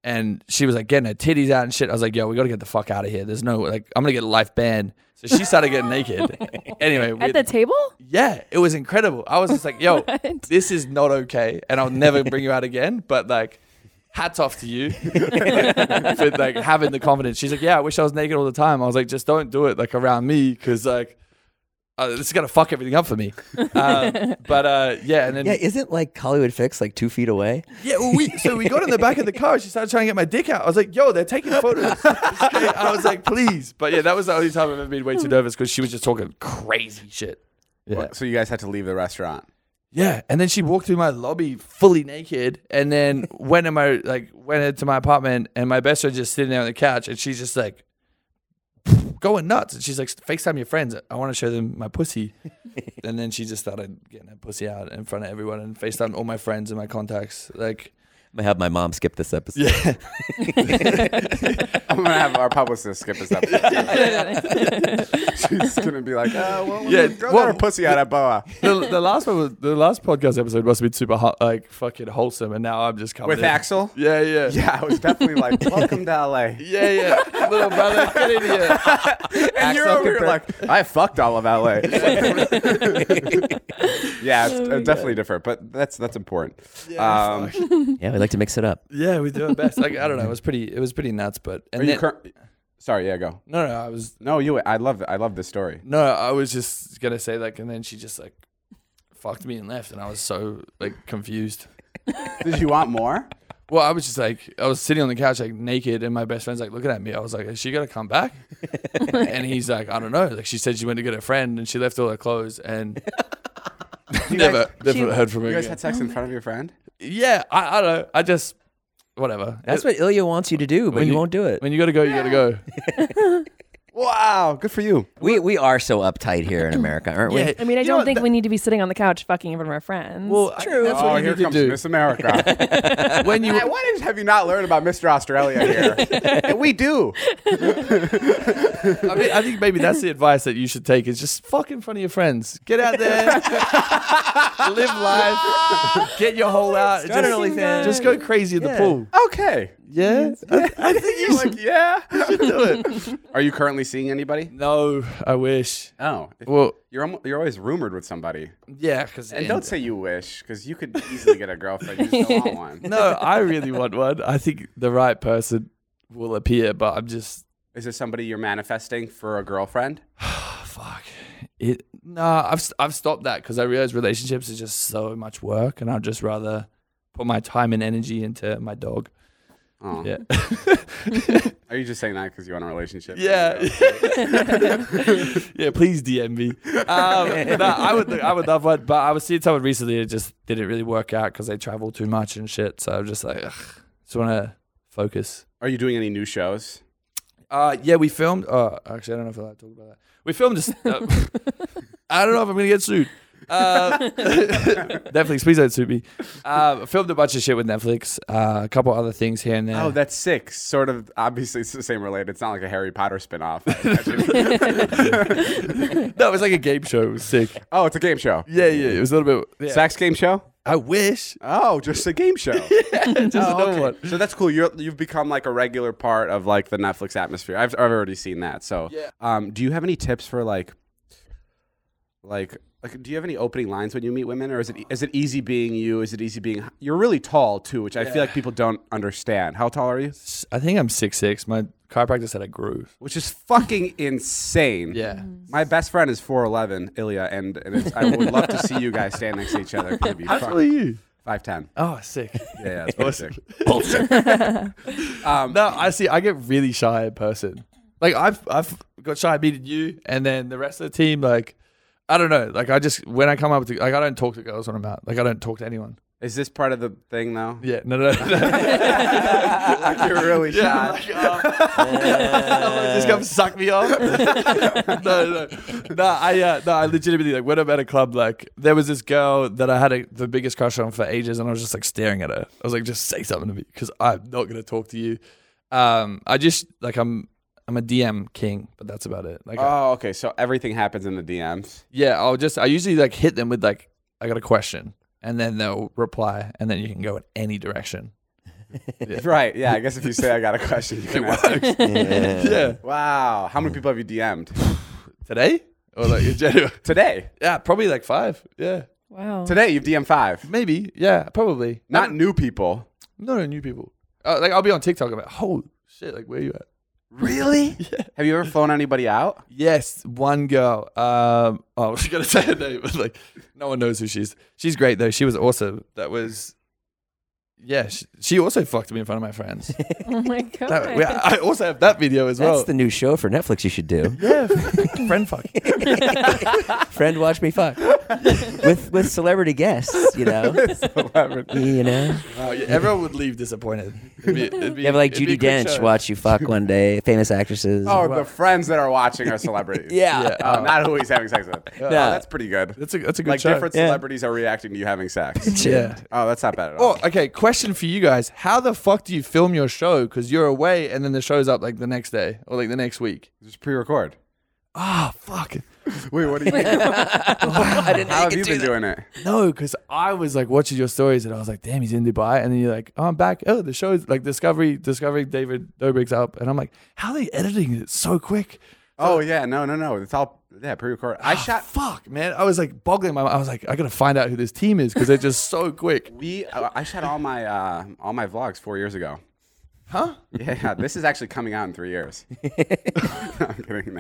Speaker 3: And she was like getting her titties out and shit. I was like, yo, we gotta get the fuck out of here. There's no like, I'm gonna get a life ban. So she started getting naked. Anyway, we-
Speaker 4: At the table?
Speaker 3: yeah, it was incredible. I was just like, yo, this is not okay. And I'll never bring you out again. But like, hats off to you for like having the confidence. She's like, yeah, I wish I was naked all the time. I was like, just don't do it like around me because like, uh, this is going to fuck everything up for me. Um, but uh, yeah. And then,
Speaker 2: Yeah, isn't like Hollywood Fix like two feet away?
Speaker 3: yeah, well, we so we got in the back of the car. She started trying to get my dick out. I was like, "Yo, they're taking photos." I was like, "Please," but yeah, that was the only time I've ever been way too nervous because she was just talking crazy shit. Yeah.
Speaker 1: So you guys had to leave the restaurant.
Speaker 3: Yeah, and then she walked through my lobby fully naked, and then went in my like went into my apartment, and my best friend just sitting there on the couch, and she's just like going nuts, and she's like, "Facetime your friends. I want to show them my pussy," and then she just started getting her pussy out in front of everyone, and Facetime all my friends and my contacts. Like,
Speaker 2: I'm gonna have my mom skip this episode.
Speaker 1: I'm gonna have our publicist skip this episode. She's gonna be like, oh, well,
Speaker 3: Yeah,
Speaker 1: yeah, go
Speaker 3: well-
Speaker 1: let her pussy out at Boa
Speaker 3: the, the last one was the last podcast episode must have been super hot, like fucking wholesome, and now I'm just coming
Speaker 1: with Axel.
Speaker 3: Yeah, yeah,
Speaker 1: Yeah, I was definitely like, welcome to LA.
Speaker 3: yeah, yeah. Little brother, get in here.
Speaker 1: And you're
Speaker 2: Axel
Speaker 1: over here
Speaker 2: Cooper.
Speaker 1: like, I fucked all of LA. yeah, it's uh, definitely different, but that's that's important. um,
Speaker 2: Yeah, we like to mix it up.
Speaker 3: Yeah, we do our best. Like I don't know, it was pretty. It was pretty nuts, but and
Speaker 1: are you
Speaker 3: then,
Speaker 1: cur- Sorry, yeah, go.
Speaker 3: no, no, I was
Speaker 1: No, you. I love. I love this story.
Speaker 3: no, I was just gonna say like, and then she just like fucked me and left, and I was so like confused.
Speaker 1: Did you want more?
Speaker 3: Well, I was just like, I was sitting on the couch like naked, and my best friend's like looking at me. I was like, is she gonna come back? and he's like, I don't know. Like she said she went to get her friend, and she left all her clothes, and never, never heard from her
Speaker 1: You guys
Speaker 3: again.
Speaker 1: had sex in front of your friend?
Speaker 3: yeah, I, I don't know. I just whatever.
Speaker 2: That's what Ilya wants you to do, but
Speaker 3: When
Speaker 2: you, won't do it.
Speaker 3: When you gotta go, you gotta go.
Speaker 1: Wow, good for you.
Speaker 2: We we are so uptight here in America, aren't we?
Speaker 4: I mean, I
Speaker 3: You know
Speaker 4: don't
Speaker 3: what,
Speaker 4: think
Speaker 3: that-
Speaker 4: we need to be sitting on the couch fucking in front of our friends.
Speaker 3: Well, true. that's
Speaker 1: oh,
Speaker 3: what you
Speaker 1: here
Speaker 3: need to
Speaker 1: comes
Speaker 3: do.
Speaker 1: Miss America.
Speaker 3: when you
Speaker 1: Hey, Why did, have you not learned about Mr. Australia here? And we do.
Speaker 3: I, mean, I think maybe that's the advice that you should take is just fuck in front of your friends. Get out there, live life, get your hole out.
Speaker 2: Start an
Speaker 3: Just,
Speaker 2: OnlyFans.
Speaker 3: just go crazy in the
Speaker 2: Yeah.
Speaker 3: pool.
Speaker 1: Okay.
Speaker 2: Yeah, I, I think you
Speaker 1: Like, yeah.
Speaker 2: should do it.
Speaker 1: Are you currently seeing anybody?
Speaker 3: No, I wish.
Speaker 1: Oh,
Speaker 3: Well,
Speaker 1: you're almo- you're always rumored with somebody.
Speaker 3: yeah, because
Speaker 1: And don't say you wish, because you could easily get a girlfriend. You just don't want one.
Speaker 3: no. I really want one. I think the right person will appear, but I'm just
Speaker 1: Is there somebody you're manifesting for a girlfriend?
Speaker 3: fuck it. Nah, I've I've stopped that because I realize relationships is just so much work, and I'd just rather put my time and energy into my dog.
Speaker 1: Oh.
Speaker 3: Yeah.
Speaker 1: Are you just saying that because you want a relationship?
Speaker 3: Yeah. yeah, please DM me. Um, no, I would I would love one, but I was seeing someone recently it just didn't really work out because they travel too much and shit. So I'm just like, ugh, just want to focus.
Speaker 1: Are you doing any new shows?
Speaker 3: Uh, yeah, we filmed. Uh, actually, I don't know if I like to talk about that. We filmed this. Uh, I don't know if I'm gonna get sued. Uh, Netflix, please don't sue me. Uh, filmed a bunch of shit with Netflix. Uh, a couple other things here and there.
Speaker 1: Oh, that's six. Sort of. Obviously, it's the same related. It's not like a Harry Potter spinoff.
Speaker 3: no, it was like a game show. It was sick.
Speaker 1: oh, it's a game show.
Speaker 3: Yeah, yeah. It was a little bit. yeah.
Speaker 1: Sex game show.
Speaker 3: I wish.
Speaker 1: Oh, just a game show. Oh,
Speaker 3: Just another
Speaker 1: Okay.
Speaker 3: one.
Speaker 1: So that's cool. You're, you've become like a regular part of like the Netflix atmosphere. I've, I've already seen that. So, um, do you have any tips for like, like, like, do you have any opening lines when you meet women, or is it e, is it easy being you? Is it easy being you're really tall too, which I feel like people don't understand. How tall are you?
Speaker 3: I think I'm six six. My chiropractor said I grew.
Speaker 1: Which is fucking insane.
Speaker 3: Yeah.
Speaker 1: My best friend is four eleven, Ilya, and and it's, I would love to see you guys stand next to each other. How tall are you? Five ten.
Speaker 3: Oh, sick.
Speaker 1: Yeah, yeah, that's pretty sick.
Speaker 3: Um, no, I see. I get really shy in person. Like I've I've got shy meeting you, and then the rest of the team. Like I don't know. Like I just when I come up to like I don't talk to girls when I'm out. Like I don't talk to anyone.
Speaker 1: Is this part of the thing though?
Speaker 3: Yeah. No. No. no.
Speaker 1: like you're really shy.
Speaker 3: Yeah, like, oh. just come suck me off. no, no, no. I, uh, no, I legitimately like when I'm at a club, like there was this girl that I had a, the biggest crush on for ages, and I was just like staring at her. I was like, just say something to me because I'm not gonna talk to you. Um, I just like I'm. I'm a DM king, but that's about it. Like,
Speaker 1: Oh, okay. So everything happens in the DMs.
Speaker 3: yeah, I'll just I usually like hit them with like I got a question, and then they'll reply, and then you can go in any direction.
Speaker 1: Right. Yeah. I guess if you say I got a question, you can ask.
Speaker 3: Yeah,
Speaker 1: Wow. How many people have you DM'd
Speaker 3: today or like in general.
Speaker 1: today?
Speaker 3: Yeah, probably like five. Yeah,
Speaker 4: Wow.
Speaker 1: Today you've DM five.
Speaker 3: maybe. Yeah, probably.
Speaker 1: Not new people.
Speaker 3: No, no, new people. Uh, like I'll be on TikTok. I'm like, holy shit! Like, where you at?
Speaker 1: Really? Have you ever flown anybody out?
Speaker 3: Yes, one girl. Um, oh, I was gonna say her name, but like, no one knows who she is. She's great though. She was awesome. That was. Yeah, she, she also fucked me in front of my friends.
Speaker 4: Oh my god.
Speaker 3: That- we- I also have that video as
Speaker 2: That's
Speaker 3: well.
Speaker 2: the new show for Netflix. You should do.
Speaker 3: yeah, friend fuck.
Speaker 2: Friend, watch me fuck with with celebrity guests. You know, you know.
Speaker 3: Oh, yeah, everyone would leave disappointed. It'd be, it'd be,
Speaker 2: You have like
Speaker 3: it'd be
Speaker 2: Judy
Speaker 3: a quick
Speaker 2: Dench
Speaker 3: show.
Speaker 2: watch you fuck one day. Famous actresses.
Speaker 1: Oh, the friends that are watching are celebrities.
Speaker 2: yeah.
Speaker 1: Oh, not who he's having sex with. Oh, that's pretty good.
Speaker 3: That's a that's a good
Speaker 1: like
Speaker 3: show.
Speaker 1: different celebrities are reacting to you having sex.
Speaker 3: Yeah.
Speaker 1: Oh, that's not bad at all.
Speaker 3: Oh, okay. Question for you guys: How the fuck do you film your show? Because you're away, and then the show's up like the next day or like the next week.
Speaker 1: Just pre-record.
Speaker 3: Ah, fuck.
Speaker 1: Wait, what are you? I didn't How have you been doing it?
Speaker 3: No, because I was like watching your stories, and I was like, damn, he's in Dubai, and then you're like, oh, I'm back. Oh, the show's like Discovery, Discovery. David Dobrik's up, and I'm like, how are they editing it so quick?
Speaker 1: Oh yeah, no, no, no. It's all yeah, pre-record.
Speaker 3: Ah,
Speaker 1: I shot
Speaker 3: Fuck, man. I was like boggling my. I was like, I gotta find out who this team is because they're just so quick.
Speaker 1: We uh, I shot all my uh, all my vlogs four years ago. Huh? Yeah, this is actually coming out in three years. I'm kidding. No, I'm kidding.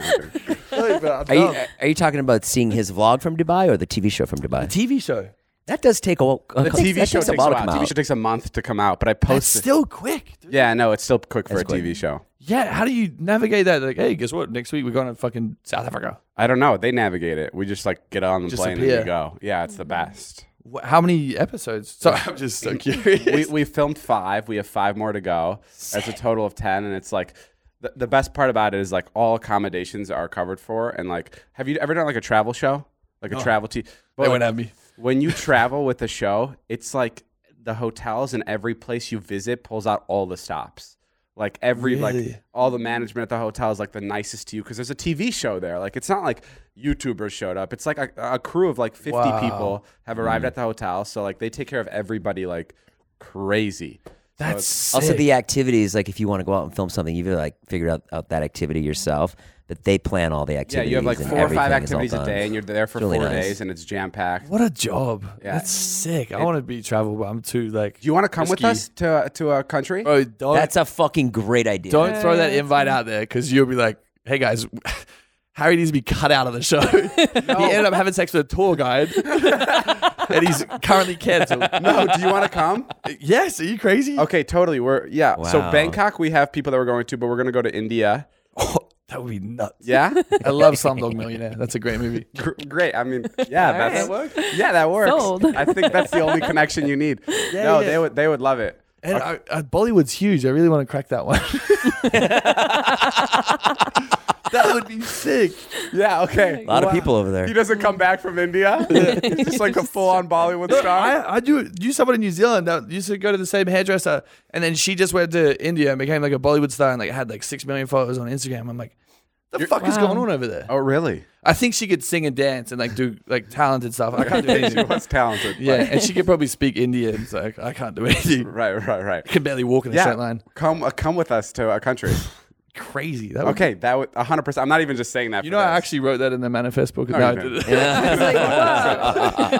Speaker 2: Are you, are you talking about seeing his vlog from Dubai or the TV show from Dubai?
Speaker 3: TV show.
Speaker 2: That does take a, a
Speaker 1: The TV show takes a
Speaker 2: while
Speaker 1: while.
Speaker 2: to come
Speaker 1: TV
Speaker 2: out.
Speaker 1: show takes a month to come out, but I
Speaker 3: It's
Speaker 1: posted.
Speaker 3: still quick. Dude.
Speaker 1: yeah, no, it's still quick for
Speaker 2: That's
Speaker 1: a
Speaker 2: quick.
Speaker 1: TV show.
Speaker 3: Yeah, how do you navigate that? Like, hey, guess what? Next week we're going to fucking South Africa.
Speaker 1: I don't know. They navigate it. We just like get on the
Speaker 3: Just
Speaker 1: plane
Speaker 3: appear.
Speaker 1: and we go. Yeah, it's the best.
Speaker 3: Wh- How many episodes? So I'm just so curious.
Speaker 1: we, we filmed five. We have five more to go. That's a total of ten, and it's like the, the best part about it is like all accommodations are covered for. And like, have you ever done like a travel show, like a travel t? But
Speaker 3: they
Speaker 1: like,
Speaker 3: went at me.
Speaker 1: when you travel with a show, it's like the hotels and every place you visit pulls out all the stops. Like every like all the management at the hotel is like the nicest to you because there's a TV show there. Like it's not like YouTubers showed up. It's like a, a crew of like 50 Mm. people have arrived at the hotel, so like they take care of everybody like crazy.
Speaker 3: That's
Speaker 2: Also,
Speaker 3: sick.
Speaker 2: the activities, like if you want to go out and film something, you've like figured out, out that activity yourself. But they plan all the
Speaker 1: Yeah,
Speaker 2: activities.
Speaker 1: you have like
Speaker 2: and
Speaker 1: four or five
Speaker 2: everything is all
Speaker 1: activities a
Speaker 2: done.
Speaker 1: day, and you're there for
Speaker 2: It's really
Speaker 1: four
Speaker 2: nice.
Speaker 1: days, and it's jam packed. Do
Speaker 3: What a job.
Speaker 1: Yeah.
Speaker 3: That's sick. I want to be travel, but I'm too like.
Speaker 1: you want to come with
Speaker 3: risky.
Speaker 1: us to to a country?
Speaker 3: Bro, don't
Speaker 2: That's a fucking great idea.
Speaker 3: don't throw that invite out there because you'll be like, hey guys, Harry needs to be cut out of the show. He ended up having sex with a tour guide, and he's currently cancelled.
Speaker 1: No, do you want to come?
Speaker 3: Yes, are you crazy?
Speaker 1: Okay, totally. We're yeah. So
Speaker 2: Wow.
Speaker 1: Bangkok, we have people that we're going to, but we're gonna go to India.
Speaker 3: that would be nuts.
Speaker 1: Yeah,
Speaker 3: I love Slumdog Millionaire. That's a great movie.
Speaker 1: Gr- great. I mean, yeah, that's
Speaker 4: That works.
Speaker 1: yeah, that works.
Speaker 4: Sold.
Speaker 1: I think that's the only connection you need. no, they would they would love it.
Speaker 3: And I, I, Bollywood's huge. I really want to crack that one. that would be sick.
Speaker 1: Yeah, okay.
Speaker 2: A lot of people over
Speaker 1: He
Speaker 2: there.
Speaker 1: doesn't come back from India. He's just like a full on Bollywood star.
Speaker 3: I, I do knew someone in New Zealand that used to go to the same hairdresser, and then she just went to India and became like a Bollywood star and like had like six million followers on Instagram. I'm like, the fuck is going on over there?
Speaker 1: Oh, really?
Speaker 3: I think she could sing and dance and like do like talented stuff. I can't do
Speaker 1: She
Speaker 3: anything.
Speaker 1: was talented. but-
Speaker 3: yeah, and she could probably speak Indian. So like, I can't do anything.
Speaker 1: Right, right, right.
Speaker 3: I can barely walk in the
Speaker 1: Yeah,
Speaker 3: straight line.
Speaker 1: come uh, come with us to a country.
Speaker 3: Crazy. That would-
Speaker 1: Okay, that would 100. percent I'm not even just saying that.
Speaker 3: You
Speaker 1: for
Speaker 3: know, I
Speaker 1: this.
Speaker 3: actually wrote that in the manifest book.
Speaker 1: you
Speaker 3: No, I
Speaker 1: didn't.
Speaker 3: didn't.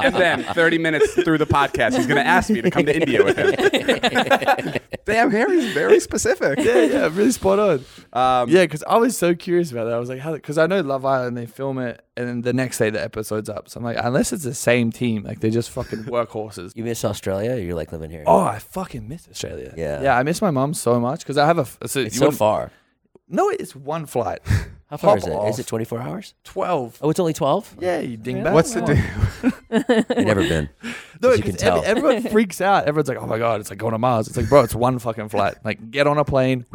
Speaker 1: and then 30 minutes through the podcast, he's going to ask me to come to India with him. Damn, Harry's very specific. Um,
Speaker 3: yeah, yeah, really spot on. yeah, because I was so curious about that. I was like, how? Because I know Love Island, they film it, and then the next day the episode's up. So I'm like, unless it's the same team, like they're just fucking workhorses.
Speaker 2: You miss Australia? Or you're like living here.
Speaker 3: Oh, I fucking miss Australia.
Speaker 2: Yeah.
Speaker 3: yeah, I miss my mom so much because I have a. f- So
Speaker 2: it's
Speaker 3: you
Speaker 2: so
Speaker 3: wouldn't-
Speaker 2: far.
Speaker 3: No, it's one flight.
Speaker 2: How far
Speaker 3: Hop
Speaker 2: is it? Is
Speaker 3: off.
Speaker 2: it 24 hours?
Speaker 3: Twelve.
Speaker 2: Oh, it's only 12?
Speaker 3: Yeah, you dingbat.
Speaker 1: What's the deal?
Speaker 2: I've never been.
Speaker 3: No,
Speaker 2: As you
Speaker 3: 'cause
Speaker 2: can
Speaker 3: ev-
Speaker 2: tell.
Speaker 3: everyone freaks out. Everyone's like, "Oh my god, it's like going to Mars." It's like, bro, it's one fucking flight. Like, get on a plane,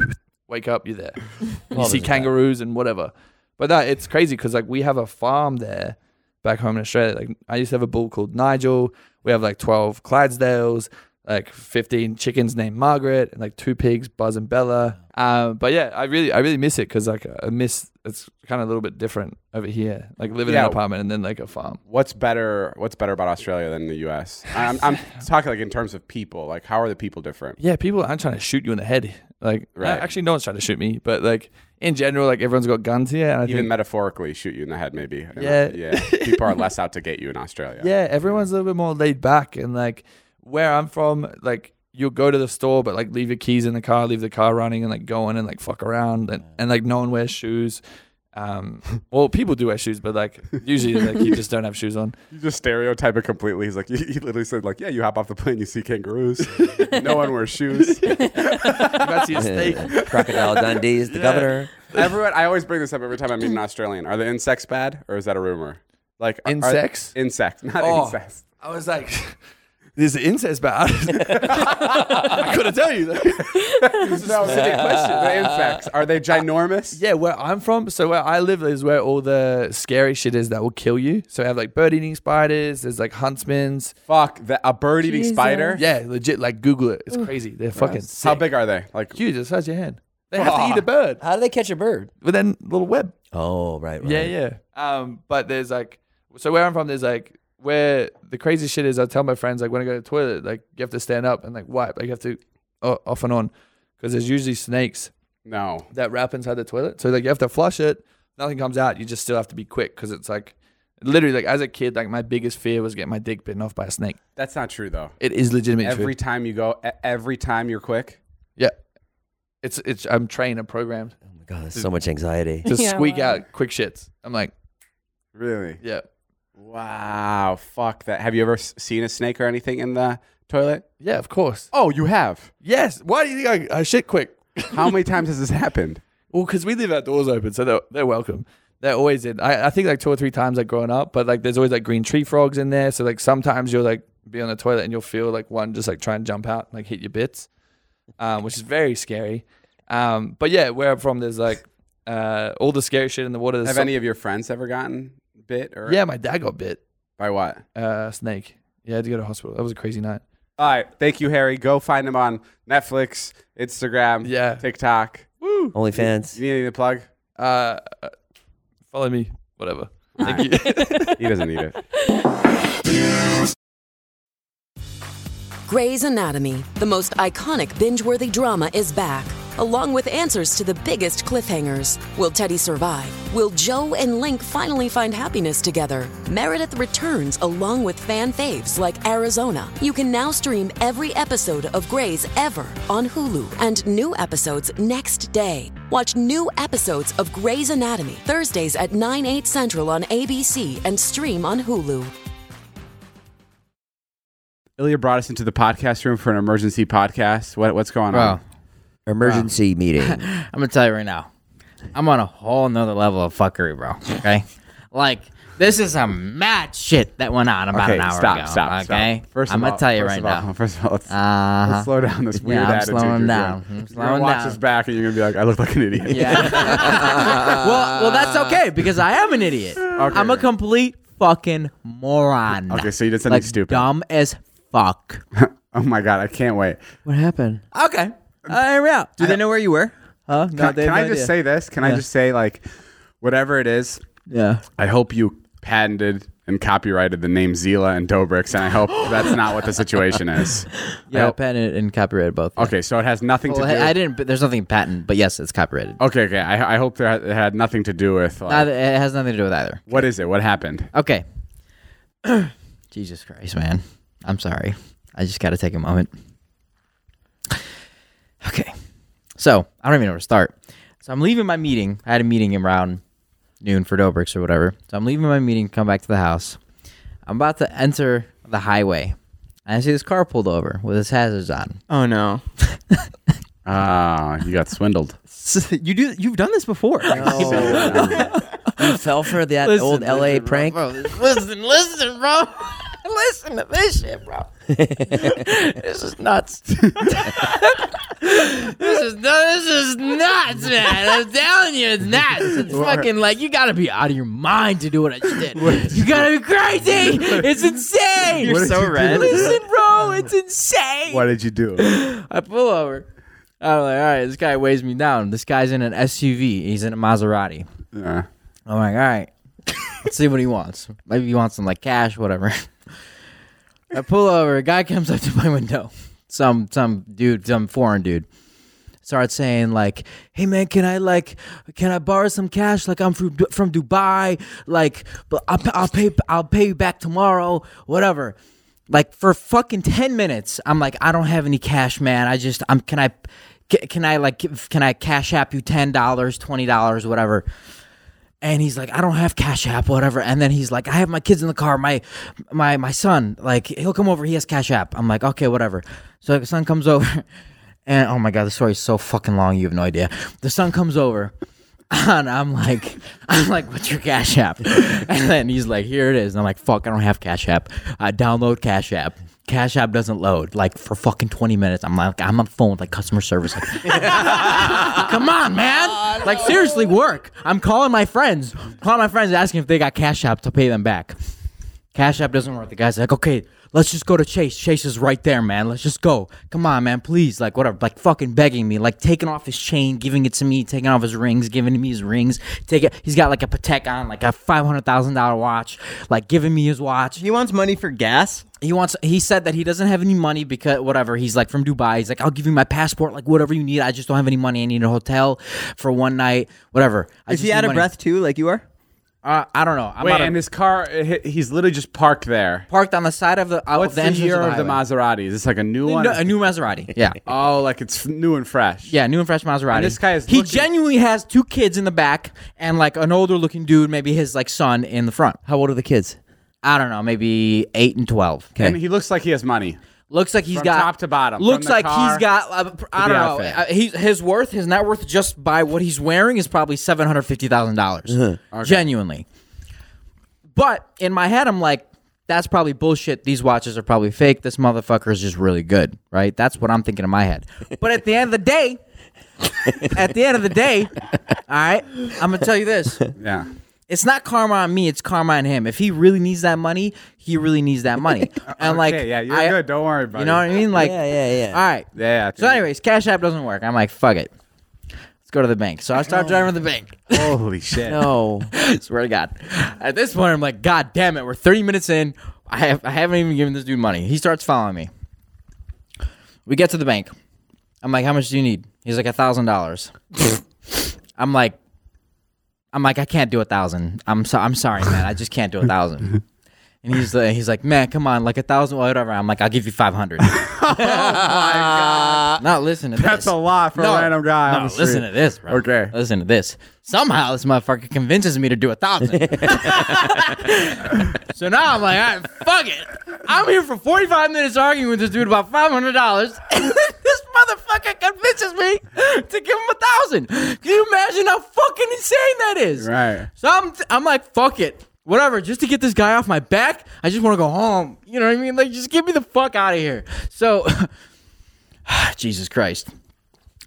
Speaker 3: wake up, you're there. you see
Speaker 2: there's that.
Speaker 3: kangaroos and whatever. But that it's crazy because like we have a farm there back home in Australia. Like I used to have a bull called Nigel. We have like twelve Clydesdales, like fifteen chickens named Margaret, and like two pigs, Buzz and Bella. Um, but yeah, I really, I really miss it because like I miss it's kind of a little bit different over here. Like living in
Speaker 1: Yeah.
Speaker 3: an apartment and then like a farm.
Speaker 1: What's better? What's better about Australia than the U.S.? I'm, I'm talking like in terms of people. Like, how are the people different?
Speaker 3: yeah, people aren't trying to shoot you in the head. Like,
Speaker 1: Right.
Speaker 3: actually, no one's trying to shoot me, but like in general, like everyone's got guns here, and I
Speaker 1: Even
Speaker 3: think
Speaker 1: metaphorically, shoot you in the head, maybe.
Speaker 3: Yeah.
Speaker 1: yeah. People are less out to get you in Australia.
Speaker 3: yeah, everyone's a little bit more laid back, and like where I'm from, like you'll go to the store, but like leave your keys in the car, leave the car running, and like go in and like fuck around, and, and like no one wears shoes. Um, well, people do wear shoes, but like usually, like you just don't have shoes on.
Speaker 1: You just stereotype it completely. He's like, he he literally said, like, yeah, you hop off the plane, you see kangaroos. no one wears shoes.
Speaker 3: That's your steak.
Speaker 2: Yeah. Crocodile Dundee is the governor.
Speaker 1: Everyone, I always bring this up every time I meet an Australian. Are the insects bad, or is that a rumor? Like are- are-
Speaker 3: Insects?
Speaker 1: insects, not
Speaker 3: Oh.
Speaker 1: incest.
Speaker 3: I was like, "There's an incest bad." I couldn't tell you. Though.
Speaker 1: No, it's a good question. The insects are they ginormous?
Speaker 3: Yeah, where I'm from, so where I live is where all the scary shit is that will kill you. So we have like bird eating spiders, there's like huntsmen's.
Speaker 1: Fuck, the, a bird eating
Speaker 4: Jesus.
Speaker 1: spider.
Speaker 3: Yeah, legit, like Google it. It's crazy. They're fucking sick.
Speaker 1: How big are they? Like
Speaker 3: Huge, the size of your hand. They have to eat a bird
Speaker 2: How do they catch a bird?
Speaker 3: with then little web.
Speaker 2: Oh, right, right.
Speaker 3: Yeah, yeah. Um, but there's like, so where I'm from, there's like, where the crazy shit is, I tell my friends, like, when I go to the toilet, like, you have to stand up and like wipe, like, you have to o- off and on. Because there's usually snakes
Speaker 1: no.
Speaker 3: that wrap inside the toilet. So like you have to flush it, nothing comes out. You just still have to be quick because it's like literally like as a kid, like my biggest fear was getting my dick bitten off by a snake.
Speaker 1: That's not true though.
Speaker 3: It is legitimate.
Speaker 1: Every
Speaker 3: Every
Speaker 1: time you go, e- every time you're quick.
Speaker 3: yeah, it's it's I'm trained and programmed
Speaker 2: Oh my God, there's so much anxiety.
Speaker 3: to
Speaker 4: Yeah,
Speaker 3: squeak
Speaker 4: wow.
Speaker 3: out quick shits. I'm like
Speaker 1: Really?
Speaker 3: yeah
Speaker 1: Wow. Fuck that. Have you ever s- seen a snake or anything in the toilet?
Speaker 3: yeah of course
Speaker 1: Oh, you have.
Speaker 3: yes. Why do you think I, I shit quick?
Speaker 1: How many times has this happened?
Speaker 3: Well, because we leave our doors open, so they're, they're welcome. They're always in. I, I think like two or three times like growing up, but like there's always like green tree frogs in there. So like sometimes you'll like be on the toilet and you'll feel like one just like try and jump out and like hit your bits, um, which is very scary. Um, but yeah, where I'm from, there's like uh, all the scary shit in the water. There's
Speaker 1: Have
Speaker 3: some-
Speaker 1: any of your friends ever gotten bit or
Speaker 3: yeah, my dad got bit.
Speaker 1: by what?
Speaker 3: Uh, snake. Yeah, I had to go to hospital. That was a crazy night.
Speaker 1: All right. Thank you, Harry. Go find him on Netflix, Instagram,
Speaker 3: Yeah.
Speaker 1: TikTok. You
Speaker 2: OnlyFans.
Speaker 1: need anything to plug?
Speaker 3: Uh, uh, follow me. Whatever. Thank you.
Speaker 1: He doesn't need it.
Speaker 7: Grey's Anatomy, the most iconic binge worthy drama, is back, along with answers to the biggest cliffhangers. Will Teddy survive? Will Joe and Link finally find happiness together? Meredith returns along with fan faves like Arizona. You can now stream every episode of Grey's ever on Hulu and new episodes next day. Watch new episodes of Grey's Anatomy Thursdays at 9, 8 central on ABC and stream on Hulu.
Speaker 1: Ilya brought us into the podcast room for an emergency podcast. What, what's going on?
Speaker 8: Wow.
Speaker 2: Emergency meeting.
Speaker 8: I'm gonna tell you right now. I'm on a whole nother level of fuckery, bro. Okay, like this is a mad shit that went on about
Speaker 1: okay,
Speaker 8: an hour
Speaker 1: stop,
Speaker 8: ago.
Speaker 1: stop, stop.
Speaker 8: okay,
Speaker 1: First,
Speaker 8: I'm
Speaker 1: of
Speaker 8: gonna
Speaker 1: all-
Speaker 8: tell you
Speaker 1: first
Speaker 8: right
Speaker 1: of all-
Speaker 8: now.
Speaker 1: First of all, let's,
Speaker 8: Uh-huh.
Speaker 1: let's slow down this
Speaker 8: Yeah,
Speaker 1: weird
Speaker 8: I'm
Speaker 1: attitude.
Speaker 8: slowing
Speaker 1: you're
Speaker 8: down.
Speaker 1: doing.
Speaker 8: I'm
Speaker 1: You're gonna
Speaker 8: slowing
Speaker 1: watch
Speaker 8: down.
Speaker 1: this back, and you're gonna be like, "I look like an idiot."
Speaker 8: Yeah. well, well, that's okay because I am an idiot. I'm a complete fucking moron.
Speaker 1: Okay, so you did something
Speaker 8: like,
Speaker 1: stupid.
Speaker 8: dumb as fuck.
Speaker 1: oh my god, I can't wait.
Speaker 2: What happened?
Speaker 8: Okay, I'm out.
Speaker 1: I-
Speaker 8: Do they know where you were? Huh? No,
Speaker 1: Can,
Speaker 8: they
Speaker 1: can
Speaker 8: have
Speaker 1: I
Speaker 8: no
Speaker 1: just
Speaker 8: idea.
Speaker 1: say this? Can I
Speaker 8: Yeah.
Speaker 1: just say like, whatever it is,
Speaker 8: Yeah.
Speaker 1: I hope you patented and copyrighted the name Zila and Dobrix, and I hope that's not what the situation is.
Speaker 8: Yeah,
Speaker 1: hope-
Speaker 8: patent and copyrighted both.
Speaker 1: Okay, so it has nothing
Speaker 8: Well,
Speaker 1: to do.
Speaker 8: I I didn't. But there's nothing patent, but yes, it's copyrighted.
Speaker 1: Okay, okay. I, I hope there it had nothing to do with. Like,
Speaker 8: Neither- it has nothing to do with either.
Speaker 1: what is it? What happened?
Speaker 8: Okay. Jesus Christ, man. I'm sorry. I just got to take a moment. Okay. So, I don't even know where to start. So, I'm leaving my meeting. I had a meeting around noon for Dobrik's or whatever. So, I'm leaving my meeting, come back to the house. I'm about to enter the highway. And I see this car pulled over with his hazards on.
Speaker 9: Oh no.
Speaker 1: Ah, you got swindled.
Speaker 9: you do you've done this before.
Speaker 8: Oh.
Speaker 2: you fell for that old LA prank.
Speaker 8: Bro, listen, listen, bro. listen to this shit, bro. this is nuts. this is no, this is nuts, man. I'm telling you, it's nuts. It's fucking like you gotta be out of your mind to do what I just did. you gotta be crazy. It's insane.
Speaker 9: You're so red.
Speaker 8: Listen, bro, it's insane.
Speaker 1: What did you do?
Speaker 8: I pull over. I'm like, all right, this guy weighs me down. This guy's in an SUV. He's in a Maserati.
Speaker 1: Uh,
Speaker 8: I'm like, all right, let's see what he wants. Maybe he wants some like cash, whatever. I pull over. A guy comes up to my window. Some some dude, some foreign dude, starts saying like, "Hey man, can I like, can I borrow some cash? Like I'm from from Dubai. Like, but I'll, I'll pay I'll pay you back tomorrow. Whatever." Like for fucking ten minutes, I'm like, I don't have any cash, man. I just I'm can I. ca- Can I like give- can I cash app you ten dollars, twenty dollars, whatever? and he's like i don't have cash app whatever and then he's like i have my kids in the car my my my son like he'll come over he has cash app i'm like okay whatever so the son comes over and oh my god the story is so fucking long you have no idea the son comes over and i'm like i'm like what's your cash app and then he's like here it is and i'm like fuck i don't have cash app i download cash app cash app doesn't load like for fucking 20 minutes i'm like i'm on the phone with like customer service like, Come on, man. like seriously, work. I'm calling my friends. Calling my friends asking if they got Cash App to pay them back. Cash App doesn't work. The guy's like, okay, let's just go to Chase. Chase is right there, man. Let's just go. Come on, man, please. Like whatever. Like fucking begging me. Like taking off his chain, giving it to me, taking off his rings, giving me his rings. Take it. He's got like a Patek on, like a five hundred thousand dollar watch. Like giving me his watch
Speaker 9: he wants money for gas.
Speaker 8: he wants he said that he doesn't have any money because whatever he's like from dubai he's like i'll give you my passport like whatever you need i just don't have any money i need a hotel for one night whatever I
Speaker 9: Is
Speaker 8: just
Speaker 9: he
Speaker 8: need
Speaker 9: out of
Speaker 8: money."
Speaker 9: breath too, like you are?
Speaker 8: uh, i don't know i'm
Speaker 1: wait,
Speaker 8: out of-
Speaker 1: and his car, he- he's literally just parked there.
Speaker 8: parked on the side of the out
Speaker 1: What's
Speaker 8: Oh, the,
Speaker 1: the,
Speaker 8: entrance
Speaker 1: year
Speaker 8: of
Speaker 1: of
Speaker 8: the,
Speaker 1: the Maserati? Is this like a new one?
Speaker 8: No, a new maserati yeah
Speaker 1: Oh, like it's new and fresh.
Speaker 8: Yeah, new and fresh Maserati.
Speaker 1: And this guy is
Speaker 8: he
Speaker 1: looking-
Speaker 8: genuinely has two kids in the back and like an older looking dude, maybe his like son in the front.
Speaker 2: How old are the kids?
Speaker 8: I don't know, maybe eight and twelve. Okay,
Speaker 1: And he looks like he has money.
Speaker 8: Looks like he's
Speaker 1: From
Speaker 8: got
Speaker 1: top to bottom, from
Speaker 8: Looks
Speaker 1: the
Speaker 8: like
Speaker 1: car
Speaker 8: he's got. Uh,
Speaker 1: the
Speaker 8: I don't know.
Speaker 1: outfit.
Speaker 8: Uh, he, his worth, his net worth, just by what he's wearing is probably seven hundred fifty thousand
Speaker 1: Uh-huh.
Speaker 8: dollars. Genuinely. But in my head, I'm like, that's probably bullshit. These watches are probably fake. This motherfucker is just really good, right? That's what I'm thinking in my head. But at the end of the day, at the end of the day, all right, I'm gonna tell you this
Speaker 1: Yeah.
Speaker 8: it's not karma on me. It's karma on him. If he really needs that money, he really needs that money. And like,
Speaker 1: yeah, you're
Speaker 8: I-
Speaker 1: good. Don't worry,
Speaker 8: You
Speaker 1: buddy.
Speaker 8: know what I mean? Like,
Speaker 2: Yeah, yeah, yeah.
Speaker 8: All right.
Speaker 1: Yeah.
Speaker 8: So, anyways, Cash App doesn't work. I'm like, fuck it. Let's go to the bank. So I
Speaker 2: Oh.
Speaker 8: start driving to the bank.
Speaker 1: holy shit.
Speaker 2: No.
Speaker 8: Swear to God. At this point, I'm like, God damn it. We're 30 minutes in. I have I haven't even given this dude money. He starts following me. We get to the bank. I'm like, how much do you need? He's like, a thousand dollars. I'm like, I'm like, I can't do a thousand. I'm so I'm sorry, man. I just can't do a thousand. And he's like, he's like, man, come on, like a thousand, whatever. I'm like, I'll give you five hundred. Oh Not listen to this.
Speaker 1: That's a lot for a random guy on
Speaker 8: No,
Speaker 1: the
Speaker 8: listen
Speaker 1: street.
Speaker 8: to this, bro. Okay, listen to this. Somehow this motherfucker convinces me to do a thousand. so now I'm like, all right, fuck it. I'm here for 45 minutes arguing with this dude about five hundred dollars, and this motherfucker convinces me to give him a thousand. Can you imagine how fucking insane that is?
Speaker 1: Right.
Speaker 8: So I'm, I'm like, fuck it. Whatever, just to get this guy off my back, I just want to go home. You know what I mean? Like, just get me the fuck out of here. So, Jesus Christ.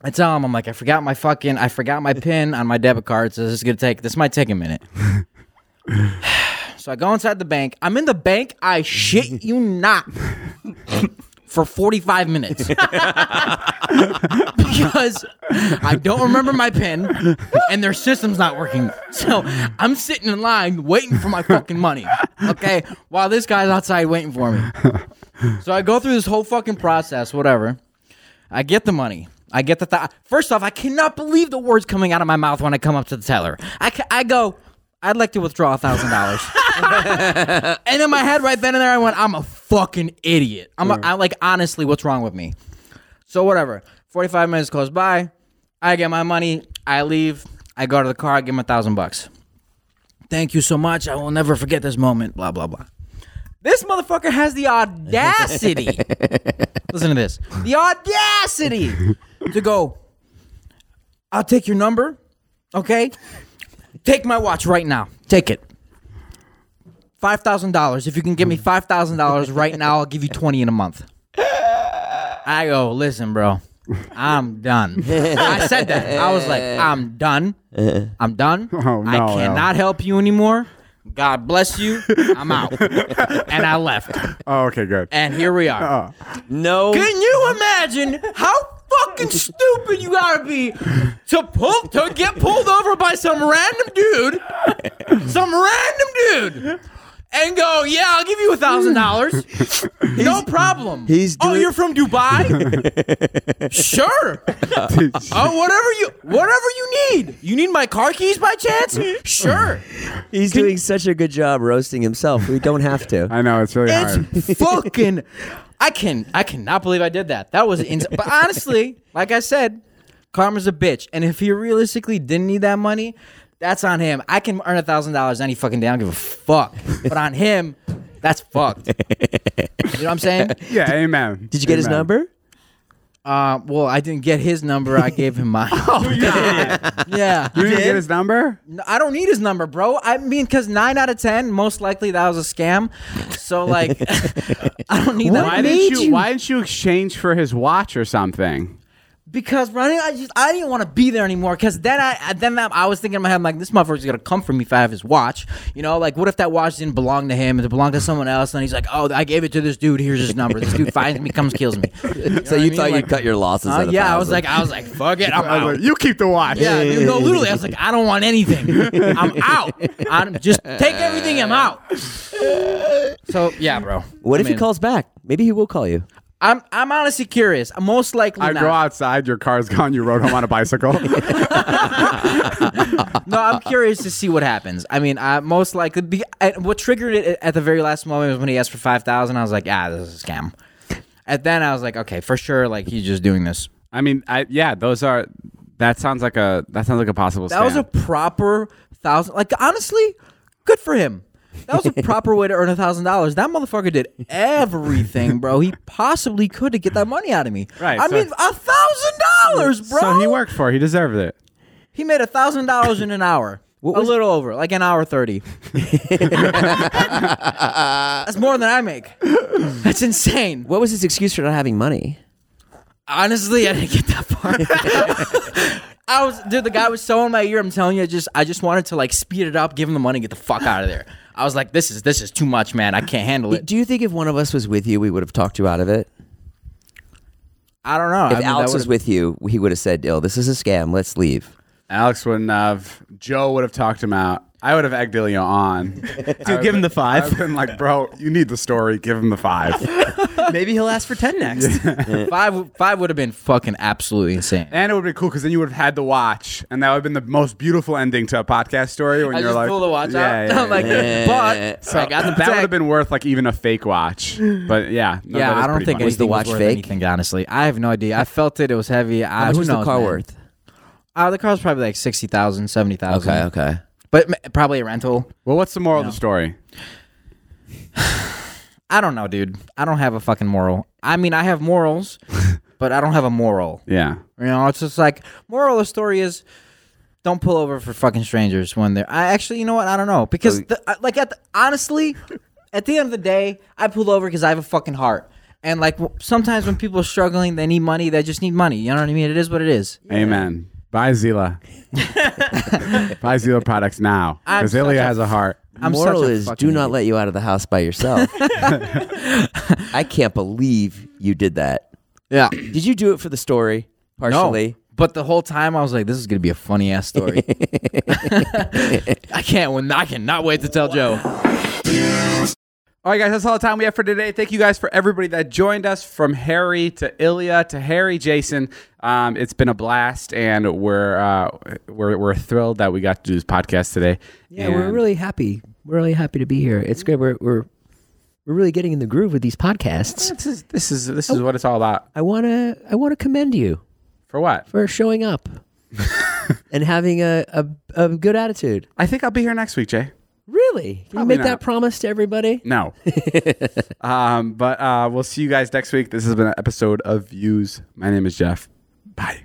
Speaker 8: I tell him, I'm like, I forgot my fucking, I forgot my pin on my debit card. So this is gonna take, this might take a minute. so I go inside the bank. I'm in the bank. I shit you not for 45 minutes because I don't remember my pin and their system's not working. So I'm sitting in line waiting for my fucking money. Okay, while this guy's outside waiting for me. So I go through this whole fucking process, whatever. I get the money. I get the th- first off. I cannot believe the words coming out of my mouth when I come up to the teller. I, ca- I go, I'd like to withdraw a thousand dollars, and in my head right then and there, I went, I'm a fucking idiot. I'm a, I, like honestly, what's wrong with me? So whatever. Forty five minutes goes by. I get my money. I leave. I go to the car. I give him a thousand bucks. Thank you so much. I will never forget this moment. Blah blah blah. This motherfucker has the audacity. Listen to this. The audacity to go, I'll take your number, okay? Take my watch right now. Take it. $5,000. If you can give me $5,000 right now, I'll give you 20 in a month. I go, listen, bro, I'm done. I said that. I was like, I'm done. I'm done. I
Speaker 1: Oh, no,
Speaker 8: cannot help you anymore. God bless you. I'm out. and I left.
Speaker 1: Oh, okay, good.
Speaker 8: And here we
Speaker 1: Oh.
Speaker 8: are.
Speaker 2: No.
Speaker 8: Can you imagine how fucking stupid you gotta be to pull to get pulled over by some random dude, some random dude, and go, yeah, I'll give you a thousand dollars, no problem.
Speaker 10: he's
Speaker 8: oh,
Speaker 10: doing-
Speaker 8: you're from Dubai? sure. oh, whatever you whatever you need. You need my car keys by chance? Sure.
Speaker 2: He's doing such a good job roasting himself. We don't have to.
Speaker 1: I know it's really
Speaker 8: It's fucking. I can. I cannot believe I did that. That was insane. but honestly, like I said, karma's a bitch. And if he realistically didn't need that money, that's on him. I can earn a thousand dollars any fucking day. I don't give a fuck. But on him, that's fucked. You know what I'm saying?
Speaker 1: Yeah, amen.
Speaker 2: Did you get his
Speaker 1: Amen.
Speaker 2: number?
Speaker 8: Uh, well, I didn't get his number. I gave him mine. yeah.
Speaker 1: Oh, You didn't get his number?
Speaker 8: No, I don't need his number, bro. I mean, because nine out of ten, most likely that was a scam. So like, I don't need that.
Speaker 1: Why didn't you, Why didn't you exchange for his watch or something?
Speaker 8: Because running, I just I didn't want to be there anymore. Because then I I- then I, I was thinking in my head I'm like this motherfucker's gonna come for me if I have his watch. You know, like what if that watch didn't belong to him? It belonged to someone else, and he's like, oh, I gave it to this dude. Here's his number. This dude finds me, comes, kills me.
Speaker 2: so you thought you'd cut your losses?
Speaker 8: Uh,
Speaker 2: at a
Speaker 8: yeah, I was
Speaker 2: thousand.
Speaker 8: like, I was like, fuck it,
Speaker 1: I
Speaker 8: I'm
Speaker 1: was
Speaker 8: out.
Speaker 1: like, you keep the watch.
Speaker 8: Yeah, dude, no, literally, I was like, I don't want anything. I'm out. I'm just take everything. I'm out. So yeah, bro.
Speaker 2: what
Speaker 8: I
Speaker 2: if
Speaker 8: mean,
Speaker 2: he calls back? Maybe he will call you.
Speaker 8: I'm I'm honestly curious. Most likely,
Speaker 1: I
Speaker 8: not.
Speaker 1: go outside, your car's gone, you rode home on a bicycle.
Speaker 8: no, I'm curious to see what happens. I mean, I most likely be, I, what triggered it at the very last moment was when he asked for five thousand. I was like, ah, this is a scam. And then I was like, okay, for sure, like he's just doing this.
Speaker 1: I mean, I yeah, those are that sounds like a that sounds like a possible
Speaker 8: That was a
Speaker 1: scam.
Speaker 8: proper thousand. Like honestly, good for him. That was a proper way to earn a thousand dollars. That motherfucker did everything, bro. He possibly could to get that money out of me.
Speaker 1: Right,
Speaker 8: I
Speaker 1: so-
Speaker 8: mean, a thousand dollars, bro.
Speaker 1: So he worked for it. He deserved it.
Speaker 8: He made a thousand dollars in an hour. a little over, like an hour thirty. That's more than I make. That's insane.
Speaker 2: What was his excuse for not having money?
Speaker 8: Honestly, I didn't get that far. I was, dude. The guy was so in my ear. I'm telling you, I just, I just wanted to like speed it up, give him the money, get the fuck out of there. I was like, this is, this is too much, man. I can't handle it.
Speaker 2: Do you think if one of us was with you, we would have talked you out of it?
Speaker 8: I don't know. I
Speaker 2: If
Speaker 8: mean, that
Speaker 2: Alex was
Speaker 8: would've-
Speaker 2: with you, he would have said, "Yo, this is a scam. Let's leave."
Speaker 1: Alex wouldn't have. Joe would have talked him out. I would have egged Ilya on. Dude,
Speaker 9: give him the five.
Speaker 1: I've been like, bro, you need the story. Give him the five.
Speaker 9: Maybe he'll ask for ten next.
Speaker 8: five five would have been fucking absolutely insane.
Speaker 1: And it would be cool because then you would have had the watch, and that would have been the most beautiful ending to a podcast story. When
Speaker 8: I
Speaker 1: you're
Speaker 8: just
Speaker 1: like,
Speaker 8: pull the watch out. I'm like, but
Speaker 1: So
Speaker 8: I got the
Speaker 1: that would
Speaker 8: back.
Speaker 1: have been worth like even a fake watch. But yeah, no, that
Speaker 8: yeah,
Speaker 1: was
Speaker 8: I don't
Speaker 1: pretty
Speaker 8: think
Speaker 1: funny.
Speaker 8: anything worth Anything, honestly, I have no idea. I felt it. It was heavy. I,
Speaker 2: much
Speaker 8: who
Speaker 2: was the
Speaker 8: knows,
Speaker 2: car
Speaker 8: man.
Speaker 2: worth?
Speaker 8: Uh, the car's probably like 60000 70000
Speaker 2: Okay, okay.
Speaker 8: But m- probably a rental.
Speaker 1: Well, what's the moral
Speaker 8: No.
Speaker 1: of the story?
Speaker 8: I don't know, dude. I don't have a fucking moral. I mean, I have morals, but I don't have a moral.
Speaker 1: Yeah.
Speaker 8: You know, it's just like moral of the story is don't pull over for fucking strangers when they're. I actually, you know what? I don't know because the, I- like at the, honestly, at the end of the day, I pulled over because I have a fucking heart. And like w- sometimes when people are struggling, they need money. They just need money. You know what I mean? It is what it is.
Speaker 1: Amen. Buy Zila. Buy Zila products now
Speaker 8: I'm
Speaker 1: because Ilya
Speaker 8: such a-
Speaker 1: has a heart.
Speaker 8: I'm
Speaker 2: Moral
Speaker 8: such a
Speaker 2: is
Speaker 8: fucking
Speaker 2: do not let you out of the house by yourself. I can't believe you did that.
Speaker 8: Yeah.
Speaker 2: Did you do it for the story? Partially.
Speaker 8: No. But the whole time I was like, this is gonna be a funny ass story. I can't. I cannot wait to tell Joe.
Speaker 1: All right, guys, that's all the time we have for today. Thank you guys for everybody that joined us from Harry to Ilya to Harry Jason. Um, it's been a blast, and we're uh, we're we're thrilled that we got to do this podcast today.
Speaker 10: Yeah, we're really happy. We're really happy to be here. It's great. We're we're we're really getting in the groove with these podcasts.
Speaker 1: This is this is this is what it's all about.
Speaker 10: I wanna I wanna commend you
Speaker 1: For what?
Speaker 10: for showing up and having a, a, a good attitude.
Speaker 1: I think I'll be here next week, Jay.
Speaker 10: Really? Can
Speaker 1: Probably
Speaker 10: you make
Speaker 1: not.
Speaker 10: that promise to everybody?
Speaker 1: No. um, but uh, we'll see you guys next week. This has been an episode of Views. My name is Jeff. Bye.